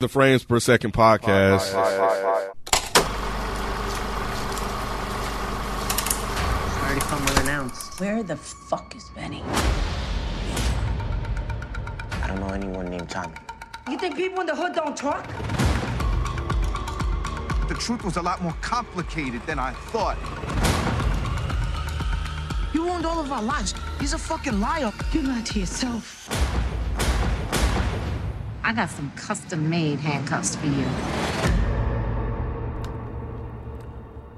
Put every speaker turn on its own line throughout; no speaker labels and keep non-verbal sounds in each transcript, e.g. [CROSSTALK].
The Frames Per Second podcast.
Already come with an ounce.
Where the fuck is Benny?
I don't know anyone named Tommy.
You think people in the hood don't talk?
The truth was a lot more complicated than I thought.
You ruined all of our lives. He's a fucking liar.
You lied to yourself.
I got some custom made handcuffs for you.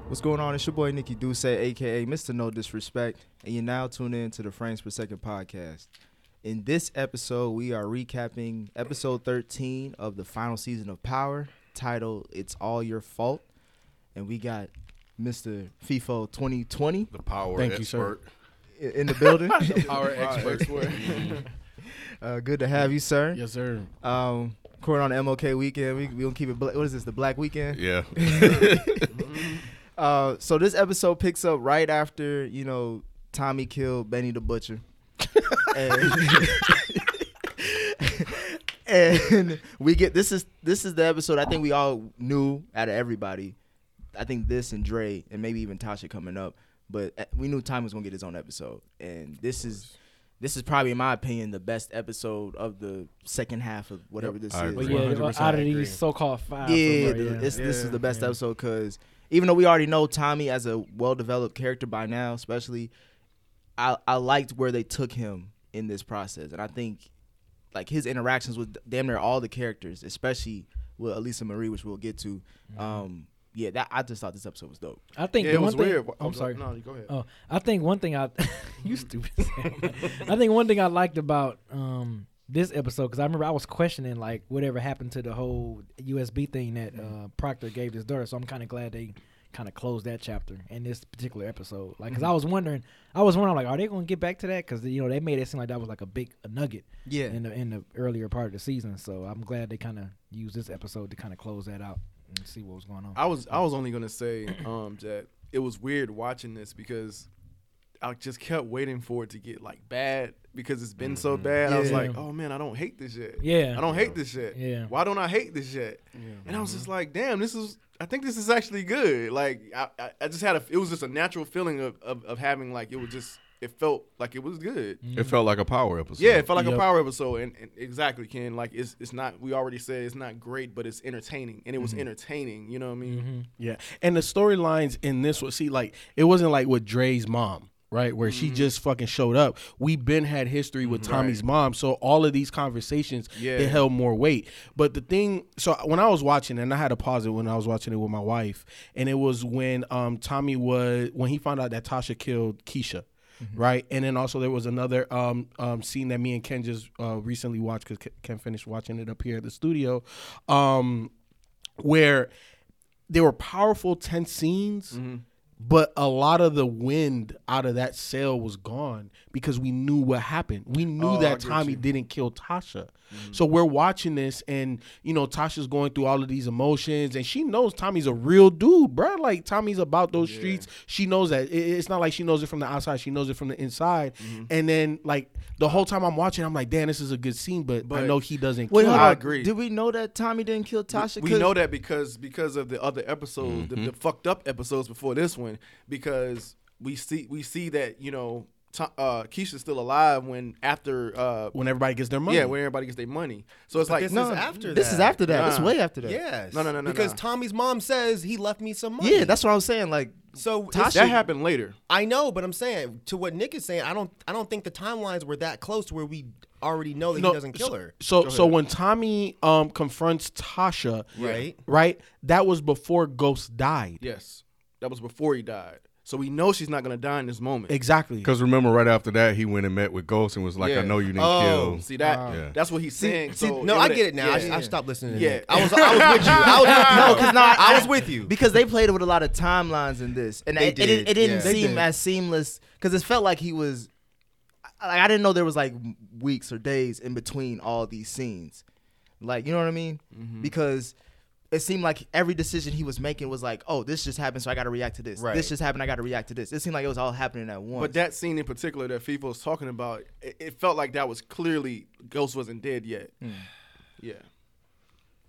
What's going on? It's your boy Nikki Duce, aka Mr. No Disrespect, and you're now tuned in to the Frames Per Second podcast. In this episode, we are recapping episode 13 of the final season of Power, titled "It's All Your Fault," and we got Mr. FIFO 2020
The power
Thank you, sir.
expert.
i- in the building.
Our experts.
uh, good to have you, sir.
yes, sir.
Um, Court on MLK weekend. We we gonna keep it. Bla- what is this? The Black Weekend.
Yeah.
Uh, so this episode picks up right after you know Tommy killed Benny the Butcher, and, [LAUGHS] and we get this is this is the episode I think we all knew out of everybody. I think this and Dre and maybe even Tasha coming up, but uh, we knew Tommy was gonna get his own episode, and this is. This is probably, in my opinion, the best episode of the second half of whatever this
I
is.
agree.
But yeah,
100%.
out of these so-called five,
Yeah,
from
the-
her, yeah.
This, this is the best episode 'cause episode because even though we already know Tommy as a well developed character by now, especially, I, I liked where they took him in this process. And I think like his interactions with damn near all the characters, especially with Elisa Marie, which we'll get to.
Mm-hmm.
Um, yeah, that I just thought this episode was dope.
I think
Yeah,
the
it
one
was
thing,
weird.
I'm
was
sorry.
Like, no, you go ahead.
Oh, I think one thing I [LAUGHS] you
[LAUGHS]
stupid. I think one thing I liked about um this episode because I remember I was questioning like whatever happened to the whole USB thing that
Mm-hmm.
uh, Proctor gave his daughter. So I'm kind of glad they kind of closed that chapter in this particular episode. Like,
Mm-hmm.
because I was wondering, I was wondering like, are they going to get back to that? Because you know they made it seem like that was like a big nugget.
Yeah.
In the in the earlier part of the season, so I'm glad they kind of used this episode to kind of close that out and see what was going on.
I was I was only gonna say [CLEARS THROAT] um, that it was weird watching this because I just kept waiting for it to get like bad because it's been so bad. I was
Mm-hmm. Yeah.
like, oh man, I don't hate this shit.
Yeah.
I don't hate this shit.
Yeah. Mm-hmm.
why don't I hate this shit? And I was just like, damn, this is. I think this is actually good. Like I, I, I just had a. It was just a natural feeling of, of of having like it was just. It felt like it was good.
Mm-hmm.
it felt like a power episode.
Yeah, it felt like
Yep.
a power episode, and, and exactly, Ken. Like it's it's not. We already said it's not great, but it's entertaining, and it was entertaining. You know what I mean?
Mm-hmm. Yeah, and the storylines in this was see like it wasn't like with Dre's mom, right, where
Mm-hmm.
she just fucking showed up. We been had history with Tommy's mom, so all of these conversations
Yeah.
they held more weight. But the thing, so when I was watching, and I had to pause it when I was watching it with my wife, and it was when um Tommy was when he found out that Tasha killed Keisha. Right, and then also there was another um, um, scene that me and Ken just uh, recently watched because Ken finished watching it up here at the studio, um, where they were powerful, tense scenes,
Mm-hmm.
but a lot of the wind out of that sail was gone because we knew what happened. We knew
Oh,
that Tommy didn't kill Tasha.
Mm-hmm.
So we're watching this, and you know, Tasha's going through all of these emotions, and she knows Tommy's a real dude, bruh. Like, Tommy's about those streets. She knows that. It- it's not like she knows it from the outside, she knows it from the inside. And then, like, the whole time I'm watching, I'm like, damn, this is a good scene, but, I
But-
know he doesn't
Wait,
kill
hold
her.
on.
I agree.
Did we know that Tommy didn't kill Tasha?
We
'Cause-
know that because because of the other episodes,
Mm-hmm.
the, the fucked up episodes before this one, because we see we see that you know To- uh, Keisha's still alive when after uh,
When everybody gets their money.
yeah when everybody gets their money. So it's like
No,
no,
after
This
that.
is after that. This is
Nah.
way after that.
Yes.
No, no, no, no,
Because
no.
Tommy's mom says he left me some money.
Yeah, that's what I was saying. Like,
so.
Tasha-
it's-
that happened later.
I know, but I'm saying to what Nick is saying, I don't. I don't think the timelines were that close to where we already know that he doesn't kill
so,
her.
So so when Tommy um confronts Tasha,
Right.
right, that was before Ghost died.
Yes, that was before he died. So we know she's not gonna die in this moment.
Exactly.
Because remember, right after that, he went and met with Ghost and was like,
Yeah.
"I know you didn't Oh,
Oh,
kill."
See that?
Yeah.
That's what he's saying. so
no, I
would've-
get it now. I-
yeah.
I, stopped listening. To
Yeah.
Nick. I was. I was with you. I was, [LAUGHS]
No, 'cause no, I-
I
[LAUGHS]
was with you.
because they played it with a lot of timelines in this, and
They
it, it, didn't- it
did,
didn't
yeah. They
seem
did.
as seamless because it felt like he was. I, I didn't know there was like weeks or days in between all these scenes, like you know what I mean?
Mm-hmm.
Because it seemed like every decision he was making was like, oh, this just happened, so I got to react to this.
Right.
This just happened, I got to react to this. It seemed like it was all happening at once.
But that scene in particular that FIFA was talking about, it, it felt like that was clearly Ghost wasn't dead yet. Yeah.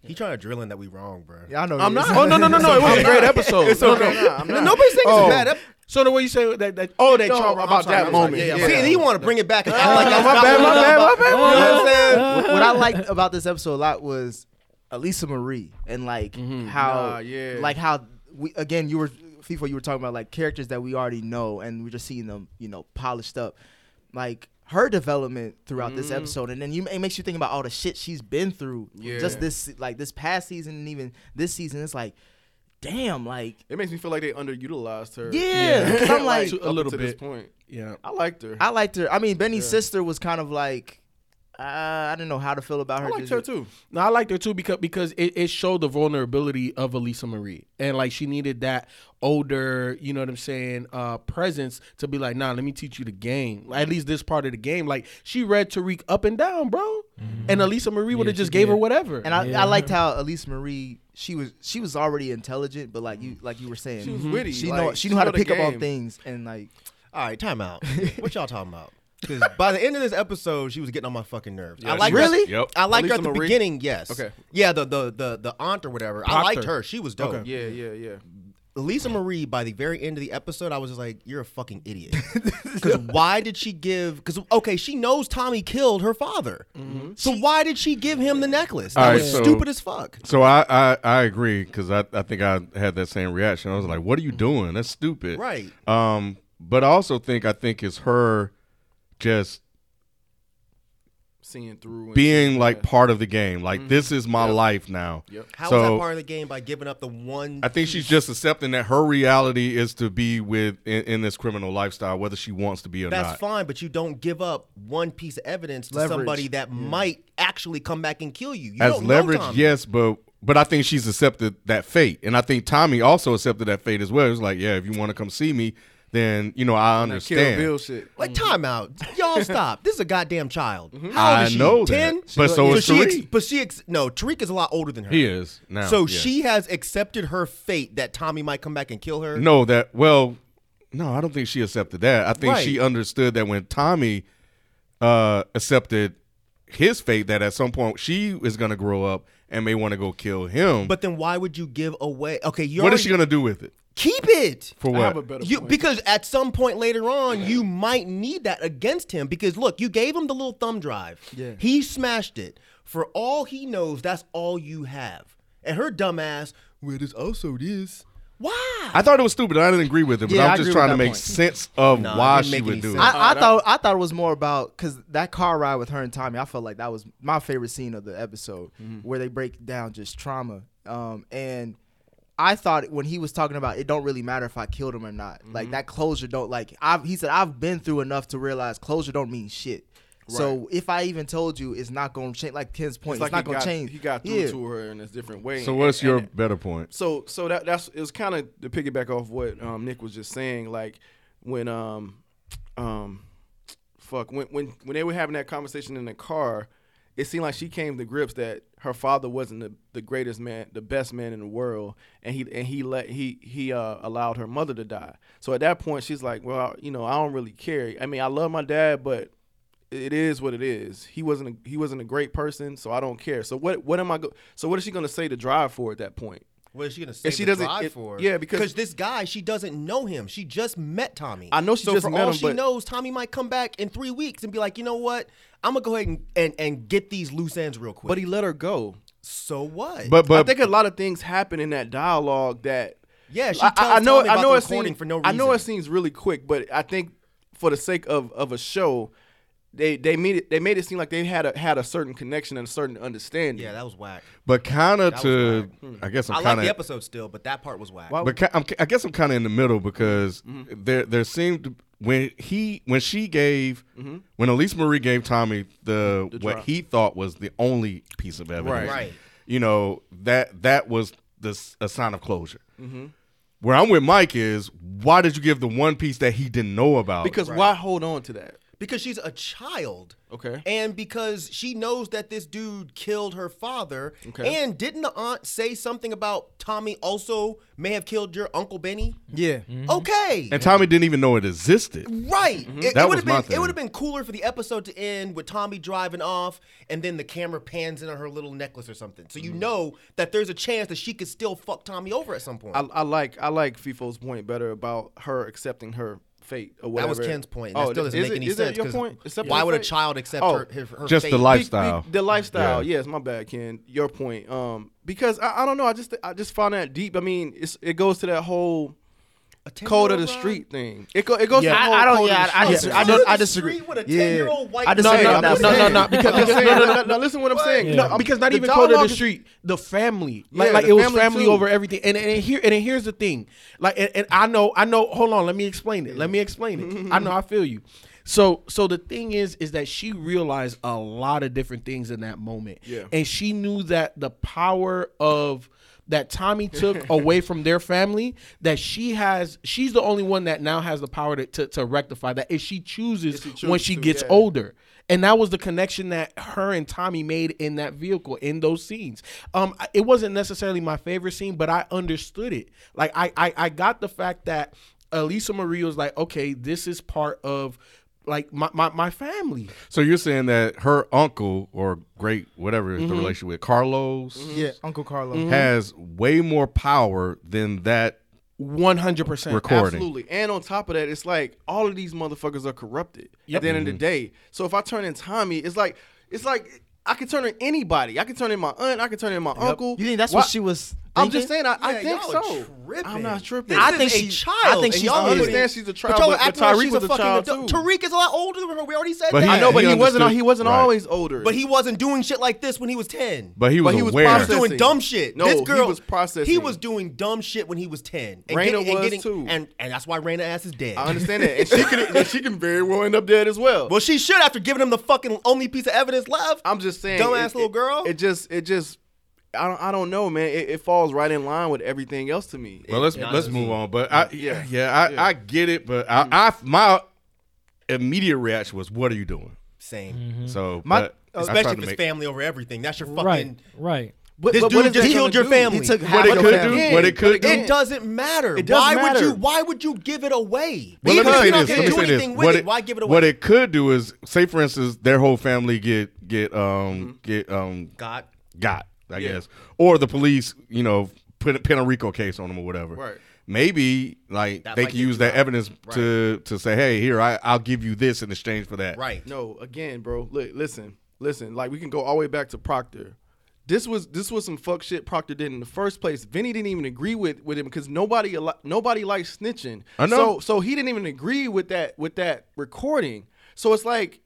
He trying to drill in that we wrong, bro.
Yeah, I know.
I'm not. Oh no no no no! It was a great episode.
It's
No, no,
okay.
no, I'm not.
Nobody's saying it's a bad episode.
So the way you say that, that
Oh, they
No,
talk
I'm
about
sorry,
that
I'm sorry.
moment.
Yeah, yeah,
See,
yeah.
he want to bring it back and act like that's
My
not
bad,
what
my
it was about.
bad, my bad.
You know what I'm
[LAUGHS]
saying?
what I
[LAUGHS]
liked about this episode a lot was Elisa Marie and like how
Mm-hmm. Nah, yeah.
like how we again you were FIFA you were talking about like characters that we already know and we're just seeing them you know polished up like her development throughout this
Mm-hmm.
episode and then you it makes you think about all the shit she's been through
Yeah.
just this like this past season and even this season it's like damn like
It makes me feel like they underutilized her. [LAUGHS]
Yeah, 'cause I'm like-
to-
A
up
little
to this
bit.
point.
Yeah.
I liked her.
I liked her I mean Benny's sister was kind of like uh, I didn't know how to feel about her
I liked
just-
her too.
No, I liked her too because because it, it showed the vulnerability of Elisa Marie. And like she needed that older, you know what I'm saying, uh presence to be like, nah, let me teach you the game. At least this part of the game. Like she read Tariq up and down, bro.
Mm-hmm.
And Elisa Marie would have
she
just gave her
did.
whatever.
And I, I liked how Elise Marie she was she was already intelligent, but like you like you were saying,
She was witty,
She
like,
know she
she
knew how
know
to
the
pick up
game.
on things and like
All right, time out. What y'all talking about? Because by the end of this episode, she was getting on my fucking nerves. I
she
like
was.
Her,
Really? Yep.
I liked her
Elisa
at the
Marie?
beginning. Yes.
Okay.
Yeah, the the the the aunt or whatever. I liked
Proctor.
her. She was dope.
Yeah, yeah, yeah.
Lisa Marie, by the very end of the episode, I was just like, "You're a fucking
[LAUGHS]
idiot." Because why did she give? Because okay, she knows Tommy killed her father, so why did she give him the necklace? That
All right,
was
so-
stupid as fuck.
So I I, I agree because I, I think I had that same reaction. I was like, "What are you doing? That's stupid."
Right.
Um. But I also think I think it's her just
Seeing through and
being like part of the game. Like this is my life now. Yep.
How is
so
that part of the game by giving up the one?
I think she's just accepting that her reality is to be with in, in this criminal lifestyle, whether she wants to be or
That's
not.
fine, but you don't give up one piece of evidence to
Leverage.
somebody that might actually come back and kill you. you
As
don't
leverage,
know Tommy.
yes, but but I think she's accepted that fate, and I think Tommy also accepted that fate as well. It was like, yeah, if you want to come see me, then you know I
That Kill Bill
understand.
shit.
Like timeout, y'all stop. This is a goddamn child. How old
I
is she?
know that,
Ten.
but so is
she ex-
Tariq.
but she ex- no Tariq is a lot older than her.
He is now.
So
Oh, yeah.
she has accepted her fate that Tommy might come back and kill her.
No, that well, no, I don't think she accepted that. I think she
Right.
understood that when Tommy uh accepted his fate, that at some point she is gonna grow up and may want to go kill him.
But then why would you give away? Okay, you
what
already,
is she gonna do with it?
keep it?
For
I have a
what?
better
You,
point.
because at some point later on, you might need that against him. Because look, you gave him the little thumb drive.
Yeah.
He smashed it. For all he knows, that's all you have. And her dumbass, well, this also this. Why?
I thought it was stupid. I didn't agree with it, but
Yeah, I
I'm just
agree
trying
with
to
that
make
point.
sense of
Nah, it
why
didn't
she
make
would
any
do
sense.
Uh,
it.
I-
I, I thought I thought it was more about because that car ride with her and Tommy, I felt like that was my favorite scene of the episode
Mm-hmm.
where they break down just trauma. Um, and I thought when he was talking about it, don't really matter if I killed him or not.
Mm-hmm.
Like that closure don't like. I've, he said I've been through enough to realize closure don't mean shit. So if I even told you, it's not gonna change. Like Ken's point,
It's
it's,
like
not
he
gonna
got,
change.
He got through
Yeah.
to her in a different way.
so what's
And-
your
and-
better point?
So so that that's it was kind of to piggyback off what um, Nick was just saying. Like when um um fuck when when when they were having that conversation in the car, it seemed like she came to grips that her father wasn't the, the greatest man, the best man in the world, and he and he let he he uh, allowed her mother to die. So at that point, she's like, well, you know, I don't really care. I mean, I love my dad, but it is what it is. He wasn't a, he wasn't a great person, so I don't care. So what what am I go- so what is she gonna say to drive for at that point?
What is she gonna say?
she
She
doesn't-
doesn't drive
it-
for
yeah, because-
this guy she doesn't know him. She just met Tommy.
I know she
so
just
for
met
all
him,
she
but-
knows, Tommy might come back in three weeks and be like, you know what? I'm gonna go ahead and, and, and get these loose ends real quick.
But he let her go.
so what?
But
I
but
think a lot of things happen in that dialogue that
Yeah, she
I-
tells
I, I know
Tommy about
I know
the
it
recording
seems
for no
I know it
reason.
seems really quick, but I think for the sake of of a show, they they made it they made it seem like they had a had a certain connection and a certain understanding.
yeah, that was whack.
but kind of
was
to
whack.
I guess I'm
I
kind
like
of
the episode still, but that part was whack.
But ki- I'm, I guess I'm kind of in the middle because
Mm-hmm.
there there seemed to- when he when she gave
Mm-hmm.
when Elise Marie gave Tommy the, what he thought was the only piece of evidence,
Right.
You know that that was the s- a sign of closure.
Mm-hmm.
Where I'm with Mike is why did you give the one piece that he didn't know about?
Because why hold on to that?
because she's a child.
Okay.
And because she knows that this dude killed her father.
Okay.
And didn't the aunt say something about Tommy also may have killed your Uncle Benny?
Yeah.
Mm-hmm.
Okay.
And Tommy didn't even know it existed.
Right. It,
That
would
was
have
my
been
thing.
it would have been cooler for the episode to end with Tommy driving off and then the camera pans in on her little necklace or something. So you
Mm-hmm.
know that there's a chance that she could still fuck Tommy over at some point.
I, I like I like FIFO's point better about her accepting her fate or
That
whatever. Oh,
was Ken's point, and that still doesn't
is
make any
is
sense,
That your
'cause
point? Accepting
why
her
would a
fate? Oh.
child accept her- her- her
Just the fate? lifestyle.
Be- be- the lifestyle.
Yeah.
Yes, my bad, Ken. Your point. Um, because I, I don't know. I just I just found that deep. I mean, it's, it goes to that whole code of the street thing. It go, it goes. To
Yeah.
the whole
I- I don't-
Code
yeah,
of the
I- I
street
dis-
thing.
I don't- I disagree.
Street with a
Yeah.
10-year-old white
I
man.
disagree. No, no, no, no, because-
I'm saying,
no, no,
no,
no,
no, listen to what I'm saying.
No,
The-
because not
the
even called it
dialogue
the
is-
street, the family.
Yeah,
Like, like
the
it was
family
family
too.
over everything. And and here and here's the thing. Like and, and I know I know. Hold on, let me explain it. Let me explain it. I know I feel you. So so the thing is is that she realized a lot of different things in that moment.
Yeah.
and she knew that the power of that Tommy
[LAUGHS]
took away from their family that she has she's the only one that now has the power to, to, to rectify that if she chooses, when she
to,
gets
yeah.
older and that was the connection that her and Tommy made in that vehicle in those scenes um I- it wasn't necessarily my favorite scene but I understood it like I I, I got the fact that Elisa Marie was like okay this is part of like my, my, my family
So you're saying that her uncle or great whatever is the
Mhm.
relation with Carlos,
Yeah, Uncle Carlos.
Mm-hmm.
Mm-hmm. has way more power than that.
One hundred percent
recording.
Absolutely. And on top of that, it's like all of these motherfuckers are corrupted
Yep.
at the end of
Mhm.
the day. So if I turn in Tommy, it's like it's like I can turn in anybody. I can turn in my aunt. I can turn in my uncle.
You think that's
Why-
what she was?
I'm just
thinking?
saying. I, I
Yeah,
think
y'all are
so. I'm not tripping.
This
I
is
think
a
she-
child.
I think
and
she's
y'all
the
already-
understand she's a child,
y'all
but- but
acting like
Tyreek
she's
was
a
a
fucking
child,
adult.
too.
Tariq is a lot older than her. We already said
But
that.
he-
I know, but
he
he, wasn't.
understood-
He wasn't
right.
always older.
But he wasn't doing shit like this when he was 10.
But he was
But he was
aware.
processing.
doing dumb shit.
No,
this
he
girl
was processing.
He was doing dumb shit when he was 10.
Raina
getting-
was,
getting-
too.
And, and that's why Raina ass is dead.
I understand that, and she can. and she can very well end up dead as well.
well, she should after giving him the fucking only piece of evidence left.
I'm just saying,
Dumbass
it-
little
it-
girl.
It just, it just, I don't, I don't know, man. It, it falls right in line with everything else to me.
Well, let's
Yeah.
let's move on. But I, yeah,
Yeah.
yeah, I,
Yeah. Mm-hmm.
I get it. But I, I, my immediate reaction was, "What are you doing?"
Same.
Mm-hmm.
So,
My-
Mm-hmm. but I tried
uh, Especially
to
if it's
make-
family over everything. That's your fucking.
Right, right.
This
But- but what
dude
is that
just killed your
gonna do?
family.
He took half
What it
of
could
them.
do, what it could do,
It doesn't matter.
It doesn't
why would
matter.
you? Why would you give it away?
Well, let me
Because
say
you're not
this. Let
gonna
me
do
say this.
anything with
What it,
Why give it away?
what it could do is, say for instance, their whole family get get um get um
God.
got, I
Mm-hmm. Yeah.
guess, or the police, you know, put a pin a Rico case on them or whatever.
Right.
Maybe like
That
they
might
can
get
use
you
that
out.
evidence to to say, hey, here I I'll give you this in exchange for that.
Right.
No, again, bro. Look, listen, listen. Like we can go all the way back to Proctor. This was this was some fuck shit Proctor did in the first place. Vinny didn't even agree with with him because nobody al- nobody likes snitching.
I know.
So so he didn't even agree with that with that recording. So it's like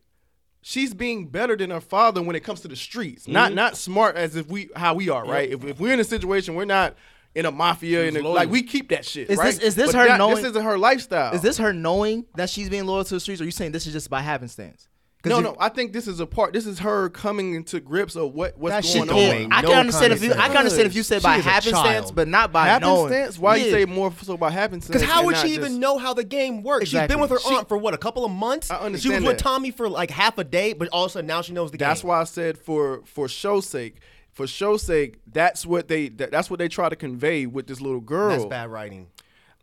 she's being better than her father when it comes to the streets.
Mm-hmm.
Not not smart as if we how we are, right? If, if we're in a situation, we're not in a mafia and like we keep that shit.
Is
right?
this- is this
But
her
that-
knowing-
This isn't her lifestyle.
Is this her knowing that she's being loyal to the streets, or are you saying this is just by happenstance? 'Cause
No,
you-
no. I think this is a part. This is her coming into grips of what
That
what's
shit
going
don't
on.
make
I
no
can understand if you. I
common
can understand if you said
sense.
by
She is a
happenstance,
child.
but not by
happenstance?
knowing.
Why you
Yeah.
say more so about happenstance?
Because how
and
would
not
she
just-
even know how the game works? She's been
Exactly.
with her
She-
aunt for what a couple of months.
I
She was
understand
with
that.
Tommy for like half a day, but all of a sudden now she knows the game.
That's why I said for for show's sake. For show's sake, that's what they that, that's what they try to convey with this little girl.
That's bad writing.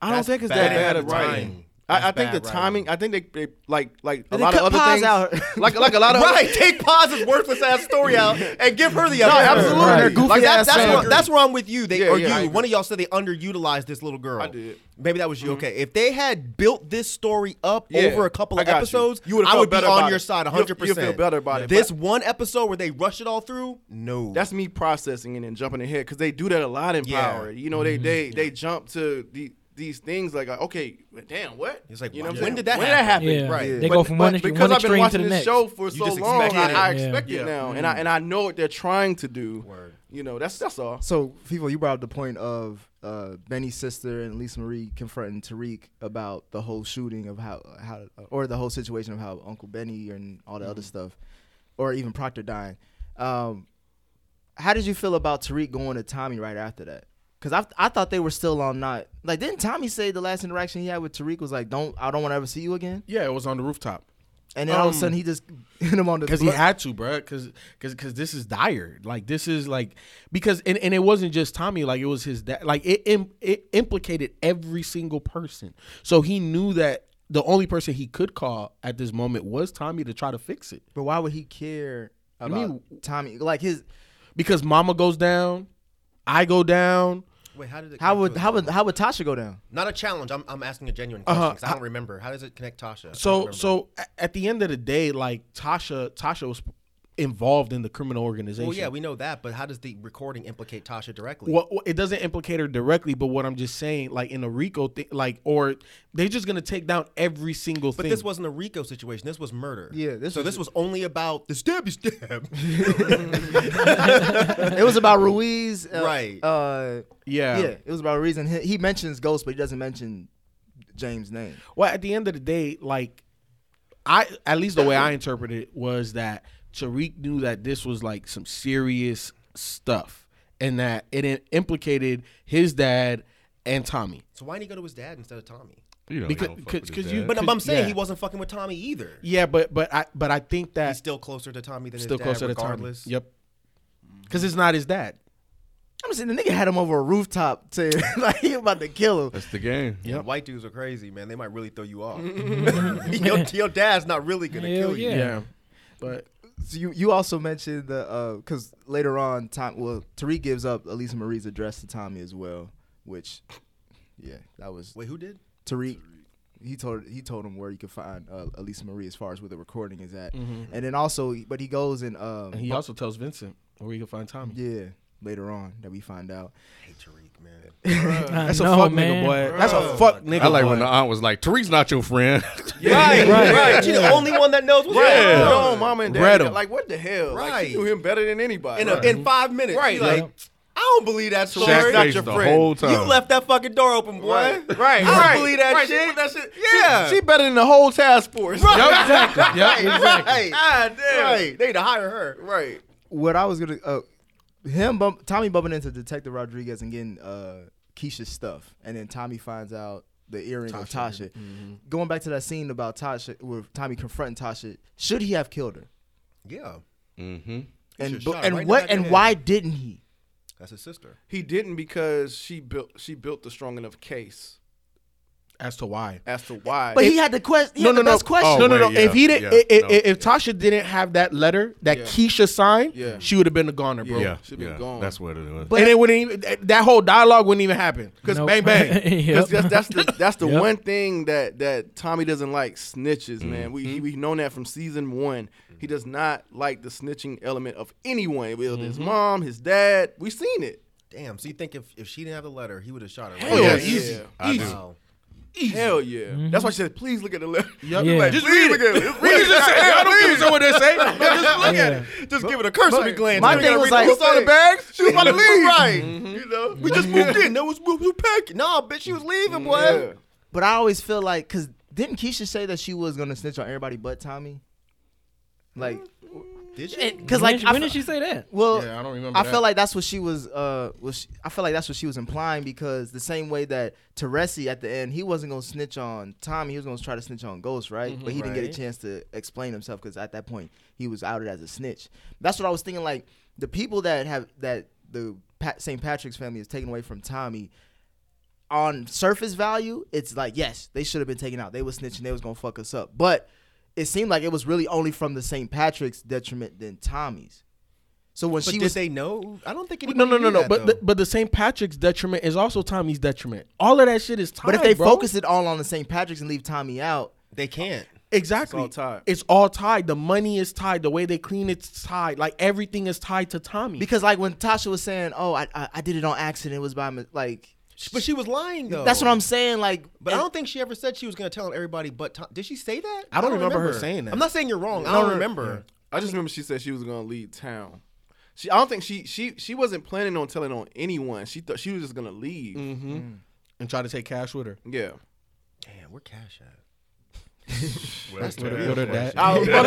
I don't
That's
think it's
bad
that bad of
writing.
writing. I, I
That's
think the
bad writing.
timing. I think they, they like like a
They
lot of
cut
other
pause
things.
out.
Like like
[LAUGHS]
a lot of other-
Right, take Paz's worthless ass story
[LAUGHS]
out and give her the other.
absolutely. Right. Her
goofy
like that,
ass
that's,
self.
where, that's where I'm with you. They
Yeah,
or
yeah, I
you.
agree.
One of y'all said they underutilized this little girl.
I did. Mm-hmm.
Maybe that was you. Okay, if they had built this story up
Yeah,
over a couple
I
of
got you.
episodes,
You would've
I
felt
would be
better
on
about
your
it.
side
You'll-
100.
you'll
percent
feel better about it,
This
but-
one episode where they rush it all through, no.
That's me processing and then jumping ahead because they do that a lot in
Yeah.
power. You know, they they they jump to the, these things like okay, damn, what?
It's like,
you
when
know, what I'm saying?
did that
when
happen?
Did that happen?
Yeah.
Right.
They go from one ex-
because
one
I've been
extreme to
watching
the
this
next.
show for
You
so
just
long,
expect
I,
it.
I
Yeah. Mm-hmm.
expect
Yeah.
it now, and I and I know what they're trying to do.
Word.
You know, that's that's all.
So, Fivo, you brought up the point of uh, Benny's sister and Lisa Marie confronting Tariq about the whole shooting of how how or the whole situation of how Uncle Benny and all the other
Mm-hmm.
stuff, or even Proctor dying. Um, how did you feel about Tariq going to Tommy right after that? Because I I thought they were still on not like didn't Tommy say the last interaction he had with Tariq was like don't I don't want to ever see you again.
yeah it was on the rooftop
And then all of a sudden he just [LAUGHS] hit him on the
because he had to, bro. Because because this is dire. Like this is like because and, and it wasn't just Tommy. Like it was his dad. Like it im- it implicated every single person. So he knew that the only person he could call at this moment was Tommy to try to fix it.
But why would he care about
mean-
Tommy? Like his
because Mama goes down, I go down.
Wait, how did it?
how
connect
would
to
how would how would Tasha go down?
Not a challenge. I'm, I'm asking a genuine
Uh-huh.
question 'cause I don't remember. How does it connect Tasha? I don't
So
remember.
so a- at the end of the day, like Tasha Tasha was involved in the criminal organization.
Well, yeah, we know that, but how does the recording implicate Tasha directly?
Well, well, it doesn't implicate her directly, but what I'm just saying, like in a Rico thing, like or they're just gonna take down every single
But
thing.
this wasn't a Rico situation. This was murder.
Yeah, this
so
was-
this was only about the stabby stab.
it was about Ruiz, uh,
Right.
Uh,
[LAUGHS] Yeah.
yeah. It was about Ruiz, and he, he mentions Ghost, but he doesn't mention James' name.
well, at the end of the day, like I at least the way I interpreted it was that Tariq knew that this was like some serious stuff, and that it im- implicated his dad and Tommy.
so why didn't he go to his dad instead of Tommy?
You know,
Because-
don't fuck
cause-
with his
cause you-
dad.
But I'm- I'm saying
yeah.
he wasn't fucking with Tommy either.
Yeah, but but I but I think that
He's still closer to Tommy than
still
his dad,
closer to Tommy.
regardless.
Yep,
Mm.
because it's not his dad.
I'm saying the nigga had him over a rooftop to [LAUGHS] like he about to kill him.
That's the game.
Yeah, White dudes are crazy, man. They might really throw you off. [LAUGHS] your, your dad's not really gonna
Hell
kill you.
Yeah.
but
So you you also mentioned the because later on, Tom well Tariq gives up Elisa Marie's address to Tommy as well, which yeah, that was
Wait, who did?
Tariq. He told he told him where you could find uh, Elisa Marie as far as where the recording is at, and then also, but he goes and um,
Mm-hmm. And he also tells Vincent where you can find Tommy.
yeah later on that we find out.
Hey, Tariq, man.
That's
I
a
know,
fuck
man.
nigga boy. That's a fuck nigga.
I like
boy.
when the aunt was like, "Tariq's not your friend."
Right, right, right. You're the only one that knows what's
Right.
going
No,
on.
mom and dad.
Read 'em.
Like what the hell? Like
Right.
she knew him better than anybody.
In, a, in five minutes, right? Like,
Yep.
I don't believe that story.
Jack
not
faced
your
the
friend.
whole time.
You left that fucking door open, boy.
Right, right,
I don't
right,
believe that
right. She
shit.
put that shit-
Yeah.
She better than the whole task force.
Right.
Yup,
[LAUGHS]
exactly. Yup, exactly.
Right.
God damn.
Right. They need to hire her.
Right.
What I was gonna uh, him bump, Tommy bumping into Detective Rodriguez and getting uh, Keisha's stuff, and then Tommy finds out the earring of Tasha.
Mm-hmm.
Going back to that scene about Tasha, where Tommy confronting Tasha, should he have killed her?
Yeah.
mm-hmm.
And
should've
bu-
shot her
and
right in the back
what
of the
and
head.
why didn't he?
That's his sister.
He didn't because she built she built the strong enough case
As to why?
as to why.
But he had the question. He
No,
had
no,
the
no.
best question.
no,
Oh,
no, no.
wait, yeah,
if he didn't,
yeah,
i- i-
no.
i- if Tasha didn't have that letter that
Yeah.
Keisha signed,
Yeah.
she would have been a goner, bro.
Yeah,
Should've been
yeah,
gone.
That's what it was.
But and it wouldn't even. That whole dialogue wouldn't even happen because
Nope.
bang bang.
Yep.
'Cause that's, that's the that's the
Yep.
one thing that that Tommy doesn't like snitches, man. We he, we known that from season one. He does not like the snitching element of anyone, whether his mom, his dad. We seen it.
Damn. So you think if, if she didn't have the letter, he would have shot her?
Hell
yeah,
yeah.
easy. I
Easy.
do.
Wow.
Hell yeah. That's why she said, please look at the letter.
Yeah.
Like,
Just
please look at it. Just read it.
I don't give a shit what they
[LAUGHS]
say. Just look
Yeah.
Just give it a cursory glance.
my
We're
thing
gonna
was
read
like-
the whole
saw the
thing.
bags. She was about to leave.
Right.
You know,
We just moved in. That was we were packing. No, bitch, she was leaving, boy.
Yeah.
Oh. But I always feel like because didn't Keisha say that she was gonna snitch on everybody but Tommy? Like,
Did she?
because
Mm. When
like
did she-
I
when
fe-
did she say that?
Well,
Yeah, I don't remember
I
that.
felt like that's what she was. Uh, was she, I felt like that's what she was implying because the same way that Teresi at the end, he wasn't gonna snitch on Tommy. He was gonna try to snitch on Ghost, right?
Mm-hmm.
but he didn't get a chance to explain himself because at that point he was outed as a snitch. That's what I was thinking. Like the people that have that the Pat, St. Patrick's family is taken away from Tommy. On surface value, it's like yes, they should have been taken out. They was snitching. They was gonna fuck us up. But it seemed like it was really only from the St. Patrick's detriment than Tommy's. So when
But
she
did
was
they know? I don't think anybody.
No, no, no,
knew
no.
that,
But
though.
the, but the St. Patrick's detriment is also Tommy's detriment. All of that shit is Tommy.
But if they
bro.
focus it all on the St. Patrick's and leave Tommy out,
they can't.
Exactly.
It's all tied.
It's all tied. The money is tied. The way they clean it's tied. Like everything is tied to Tommy.
because like when Tasha was saying, "Oh, I I, I did it on accident," it was by mi- like
But she was lying though.
that's what I'm saying. Like,
But I don't think she ever said she was going to tell everybody. But Tom, did she say that?
I don't remember her saying that.
I'm not saying you're wrong. I don't remember.
I just remember she said she was gonna leave town. She, I don't think she she she wasn't planning on telling on anyone. She thought she was just gonna leave.
Mm-hmm. and try to take cash with her.
Yeah.
Damn, where Cash at?
[LAUGHS]
That's
With her dad.
That's
Where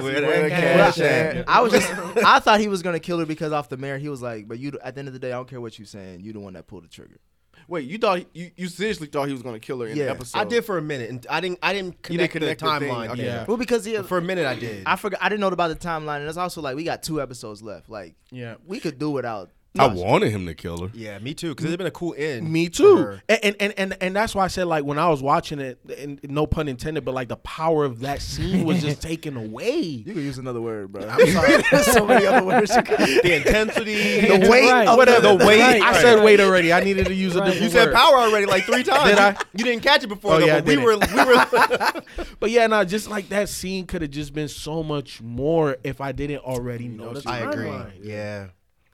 where
that
the
cash
cash at.
I was
[LAUGHS]
just I thought he was gonna kill her because off the merit he was like, "But you at the end of the day, I don't care what you saying. You the one that pulled the trigger."
Wait, you thought you, you seriously thought he was going to kill her in the episode?
I did for a minute, and I didn't. I didn't
You
connect,
didn't connect
the
the thing,
timeline.
okay.
yet.
Yeah.
Well, because he,
for a minute I did.
I forgot. I didn't know about the timeline, and it's also like we got two episodes left. Like,
Yeah.
we could do without.
I wanted him to kill her.
Yeah, me too. Because it'd been a cool end.
Me too. And, and and and and that's why I said like when I was watching it, and no pun intended, but like the power of that scene was
[LAUGHS]
just taken away. You
could use another word, bro.
I'm sorry.
[LAUGHS] There's so many other words. You could.
The
[LAUGHS]
intensity,
The weight,
of
whatever.
The weight.
I said weight already. I needed to use a different
You said
word.
power already like three times.
Did I?
You didn't catch it before.
Oh,
though,
yeah,
but we
I
were.
did
We
[LAUGHS]
were.
But yeah, no, just like that scene could have just been so much more if I didn't already know. the
I agree.
timeline.
Yeah.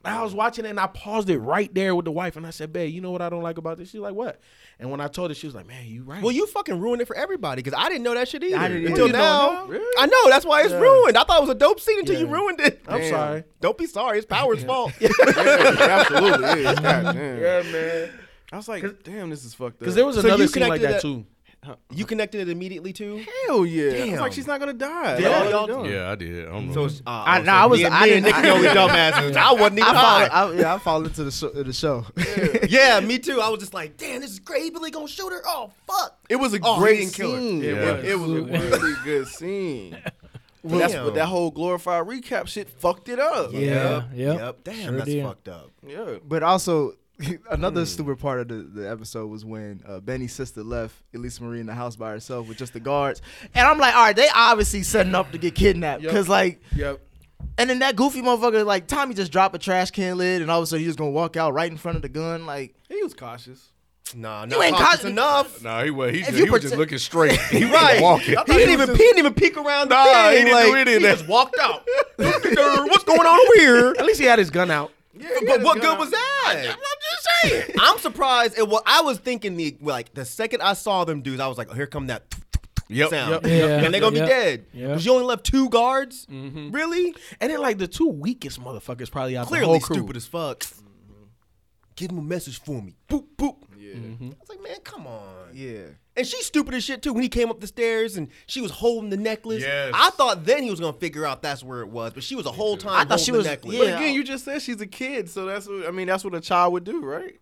I was watching it and I paused it right there with the wife and I said, "Babe, you know what I don't like about this?" She's like, "What?" And when I told her, she was like, "Man, you right."
Well, you fucking ruined it for everybody because I didn't know that shit either
didn't
until
either.
now.
Really?
I know that's why it's
Yeah.
ruined. I thought it was a dope scene until you
Yeah.
ruined it.
I'm sorry.
Don't be sorry. It's
[LAUGHS]
Power's fault.
absolutely is. God damn.
man.
I was like, damn, this is fucked up.
Because there was
So you
another scene like
connected
that
that-
too.
You connected it immediately too.
Hell yeah. I was
Damn.
like, she's not going to die.
Yeah,
Like, what
y'all-
are you doing?
Yeah, I did. I don't
So
know.
it's, uh,
I-
oh, so
nah, I was-
Me and,
I
me and
didn't-
Nick know we dumbasses. I wasn't even high.
I, yeah, I fall into the show. The show.
[LAUGHS] yeah, me too. I was just like, damn, this is great, but they gonna shoot her. Oh fuck!
It was a
Oh, he
great
didn't kill her.
scene. It,
Yeah.
was, it was a really good scene. But that's what that whole glorified recap shit fucked it up.
Yeah. Yep.
Damn,
Sure
that's
did.
fucked up.
Yeah.
but also, [LAUGHS] another stupid part of the, the episode was when uh, Benny's sister left Elisa Marie in the house by herself with just the guards, and I'm like, all right, they obviously setting up to get kidnapped because like.
Yep.
And then that goofy motherfucker, like Tommy, just dropped a trash can lid, and all of a sudden he just gonna walk out right in front of the gun. Like
He was cautious.
Nah,
You
not
ain't
cautious
caught-
enough.
Nah, he was. He, just,
you
he was
pretend-
just looking straight. he was
[LAUGHS] Right.
walking.
I thought He didn't even he didn't even peek around the
Nah, he
thing.
didn't
like,
do any of
he
that.
just walked out. [LAUGHS] What's going on over here?
At least he had his gun out.
But what good was that? I'm just saying. [LAUGHS] I'm surprised. It was, I was thinking the like the second I saw them dudes, I was like, oh, here come that
Yep,
sound,
yep,
yep,
and
yep,
they're gonna
yep,
be dead
yep.
because you only left two guards. Really?
And then like the two weakest motherfuckers probably out the
Clearly
whole crew.
stupid as fuck. Give them a message for me. Boop boop. Mm-hmm. Yeah.
Mm-hmm.
I was like, man, come on.
yeah,
And she's stupid as shit too. When he came up the stairs and she was holding the necklace,
Yes.
I thought then he was gonna figure out that's where it was, but she was a whole time.
I thought she
holding
was-
The necklace.
yeah.
But again,
[LAUGHS]
you just said she's a kid, so that's what I mean. That's what a child would do, right?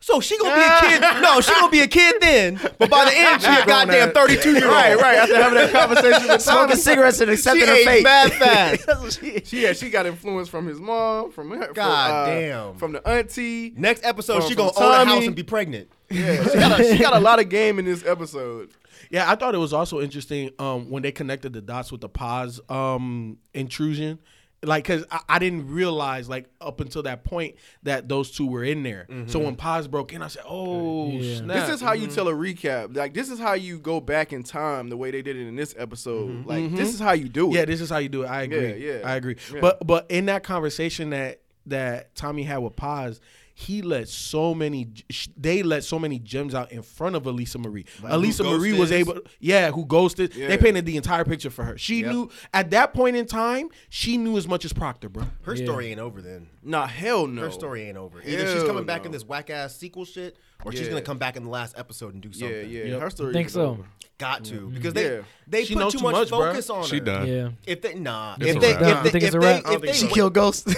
So she gonna be a kid? No, she gonna be a kid then. But by the end, she a goddamn thirty-two year old. Right, right. After having that conversation [LAUGHS] with
smoking cigarettes and accepting
she
her
ate
fate.
mad fast.
[LAUGHS] That's what she is.
She yeah, she got influence from his mom, from her, from,
God
uh,
damn.
from the auntie.
Next episode,
From-
she gonna
from
own a house
Tommy.
and be pregnant.
Yeah, she got, a, she got a lot of game in this episode.
Yeah, I thought it was also interesting um, when they connected the dots with the pause um, intrusion. Like, cause I, I didn't realize, like, up until that point, that those two were in there.
Mm-hmm.
So when Paz broke in, I said, "Oh
Yeah.
snap!"
This is how you tell a recap. Like this is how you go back in time, the way they did it in this episode.
Mm-hmm.
Like this is how you do it.
yeah, this is how you do it. I agree.
Yeah, yeah.
I agree.
Yeah.
But but in that conversation that that Tommy had with Paz, he let so many g- sh- they let so many gems out in front of Elisa Marie. Elisa
who
Marie was
ghosted?
able, yeah, who ghosted.
Yeah.
They painted the entire picture for her. She knew at that point in time, she knew as much as Proctor, bro.
Her story ain't over then.
nah, hell no.
Her story ain't over. Either she's
Hell
coming back in
no.
this whack ass sequel shit, or she's
Yeah.
gonna come back in the last episode and do
Yeah,
something.
yeah.
Yep.
Her story.
Think
is
so.
over.
Got to because they
Yeah.
they
She
put
knows
too
too much,
much,
bruh.
focus on
She
her.
done.
Yeah.
If they nah,
It's
if
a
they
wrap.
Nah, I
if
think
they if
it's a
they
wrap.
if
She
they
killed Ghost.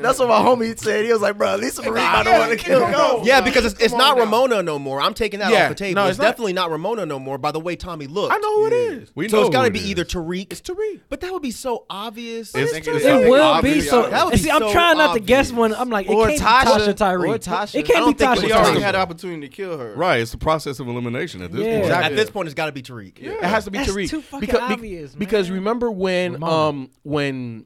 [LAUGHS]
That's what my homie said. He was like, "Bro, Lisa Marie about to want to kill Ghost."
Yeah, because it's, it's not Ramona no more. I'm taking that
Yeah,
off the table.
no,
it's
it's not-
definitely not Ramona no more. By the way, Tommy looked.
I know who it is.
We
so
know
it's got
who
to
it
be
is.
either Tariq. It's
Tariq.
But that would be so obvious.
It's-
But
it's-
It
Something
will be
obvious.
so.
That would
and
be
see, I'm
so
trying not to guess
obvious.
one. I'm like, it
Or
can't
Tasha.
be Tasha Tyree.
Or Tasha.
It
I
can't
don't
be
think
Tasha
She
That's what
already had
happened.
an
Tyree.
opportunity to kill her.
Right, it's the process of elimination at this
Yeah.
point.
Exactly.
At this point, it's got to be Tariq.
It has to be
That's
Tariq.
too fucking
Becau- be-
obvious, man.
Because remember when
Ramona.
um when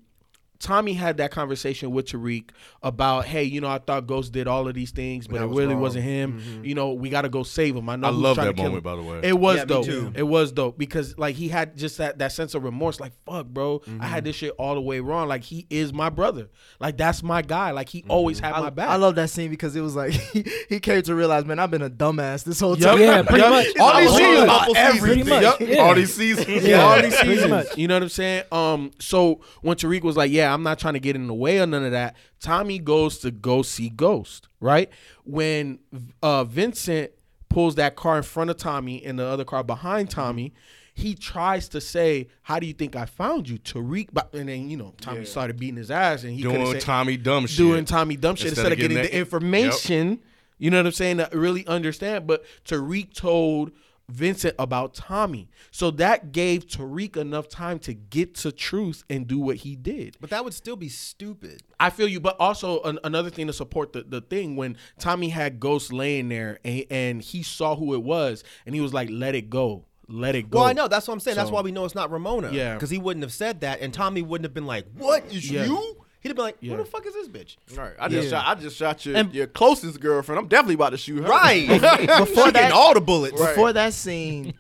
Tommy had that conversation with Tariq about, hey, you know, I thought Ghost did all of these things, but
that
it
was
really
wrong.
wasn't him. You know, we got to go save him. I know.
Mm-hmm. I
who's
love
trying to
that
kill
moment,
him.
by the way.
It was
Yeah, me
dope.
too.
It was dope because like he had just that that sense of remorse. Like fuck, bro, I
Mm-hmm.
had this shit all the way wrong. Like he is my brother. Like that's my guy. Like he
Mm-hmm.
always had my back.
I love that scene because it was like [LAUGHS] he, he came to realize, man, I've been a dumbass this whole
Yup.
time.
Yeah, pretty
Yup.
much.
All these
Pretty
seasons,
much.
all
Pretty
[LAUGHS]
much.
Yup,
Yeah.
all these seasons.
yeah, all these
pretty
seasons.
much.
You know what I'm saying? Um, so when Tariq was like, "Yeah, I'm not trying to get in the way of none of that," Tommy goes to go see Ghost, right? When uh Vincent pulls that car in front of Tommy and the other car behind Tommy, he tries to say, "How do you think I found you, Tariq?" But and then you know Tommy
Yeah.
started beating his ass, and he
Doing
could've said-
Tommy dumb shit.
doing Tommy dumb shit instead,
Instead of
of getting,
getting
the
that-
information. You know what I'm saying? To really understand. But Tariq told Vincent about Tommy, so that gave Tariq enough time to get to truth and do what he did.
But that would still be stupid.
I feel you, but also an, another thing to support the, the thing when Tommy had Ghost laying there and, and he saw who it was and he was like, "Let it go, let it go."
Well, I know that's what I'm saying. that's
So-
why we know it's not Ramona.
Yeah.
because he wouldn't have said that, and Tommy wouldn't have been like, "What is
Yeah.
you?" He'd have been like,
Yeah.
"Who the fuck is this bitch?"
Right, I just
Yeah.
shot. I just shot your,
And-
your closest girlfriend. I'm definitely about to shoot her.
Right.
She getting all the
[LAUGHS]
bullets.
Before that
[LAUGHS]
scene,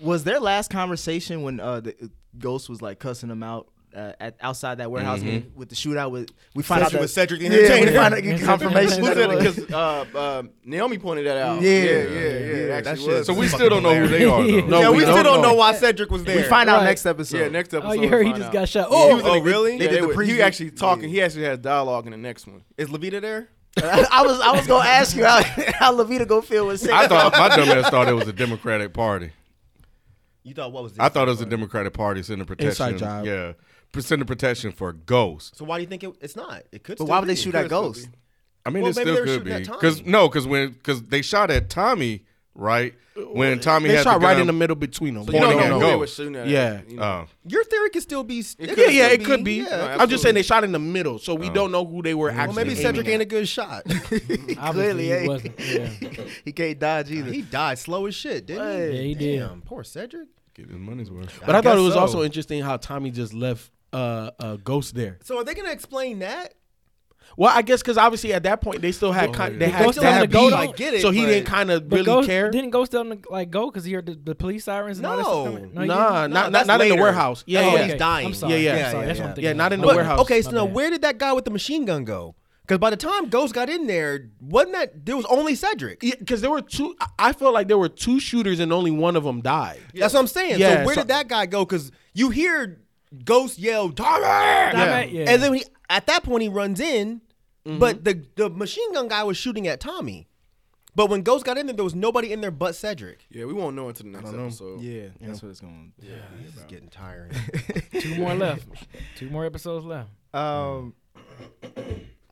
was their last conversation when uh, the uh, Ghost was like cussing him out uh, at outside that warehouse
Mm-hmm.
Mhm.
when- with the shootout? With we find out
Cedric
that
was Cedric the
Yeah, we
Entertainer.
find out- get confirmation.
Who
that it
said it?
was.
Because uh, uh, Naomi pointed that out.
Yeah.
yeah, yeah.
Yeah,
yeah,
yeah,
it
that
actually
shit
was.
So we still don't know who they are, though.
No, we, still don't know why
Cedric was
there.
We find out next episode.
Yeah, next episode.
Oh, you
we
heard he
find
just
out.
got shot.
Yeah,
Oh!
he was in
Oh,
the-
really?
yeah,
They
They
did the
were- He
preview.
actually talking. He actually has dialogue in the next one.
Is Levita there?
[LAUGHS] I was I was gonna ask you how [LAUGHS] how Levita go feel with.
I thought my dumb ass thought it was the Democratic Party.
You thought what was? This
I thought it was the Democratic Party sending protection.
Inside job.
Yeah, sending protection for ghosts.
So why do you think it, it's not? It could.
But
still
why would
be.
they shoot at
Could still
Ghost?
be.
I mean,
Well,
it
maybe they
still
were
could
shooting at
be
Tommy.
because no, because when because they shot at Tommy, right? When Tommy
they
had
shot
the
right
gun
in the middle between them.
pointing
You don't know
at
who they
Ghost.
were shooting at, Yeah. you know.
Oh.
Your theory could still be. It
yeah, yeah, it could be.
Yeah, it
I'm just
could
saying they shot in the middle, so
Oh.
we don't know who they were
Well,
actually.
maybe Cedric
aiming
ain't
at.
a good shot.
Clearly, he eh? wasn't, he can't dodge either.
He died slow as shit, didn't he?
Yeah, he did.
Damn, poor Cedric.
Get his money's worth.
But I,
guess
thought it was
so.
also interesting how Tommy just left uh, uh, Ghost there.
So are they gonna explain that?
Well, I guess because obviously at that point they still had kind, they had
Ghost
to
told him
have
to go.
beef.
though.
so he didn't kind of
But
really
Ghost-
care.
Didn't Ghost tell him to like go because he heard the, the police sirens? And all that stuff coming?
nah,
he
not
didn't?
not, not in the warehouse. Yeah,
That's
yeah.
when he's dying.
Oh, I'm sorry. Yeah, yeah, yeah, yeah, not in the
But,
warehouse.
Okay, so
My
now
bad.
where did that guy with the machine gun go? Because by the time Ghost got in there, wasn't that there was only Cedric?
Because there were two. I- I felt like there were two shooters and only one of them died.
That's what I'm saying.
Yeah,
so where
so-
did that guy go? Because you hear Ghost yell, "Tommy!"
yeah. Mm-hmm.
and then he at that point he runs in, but the the machine gun guy was shooting at Tommy. But when Ghost got in there, there was nobody in there but Cedric.
Yeah, we won't know until the next episode.
Yeah, that's what it's going.
Yeah,
this is getting tiring. [LAUGHS]
Two more left. Two more episodes left.
Um.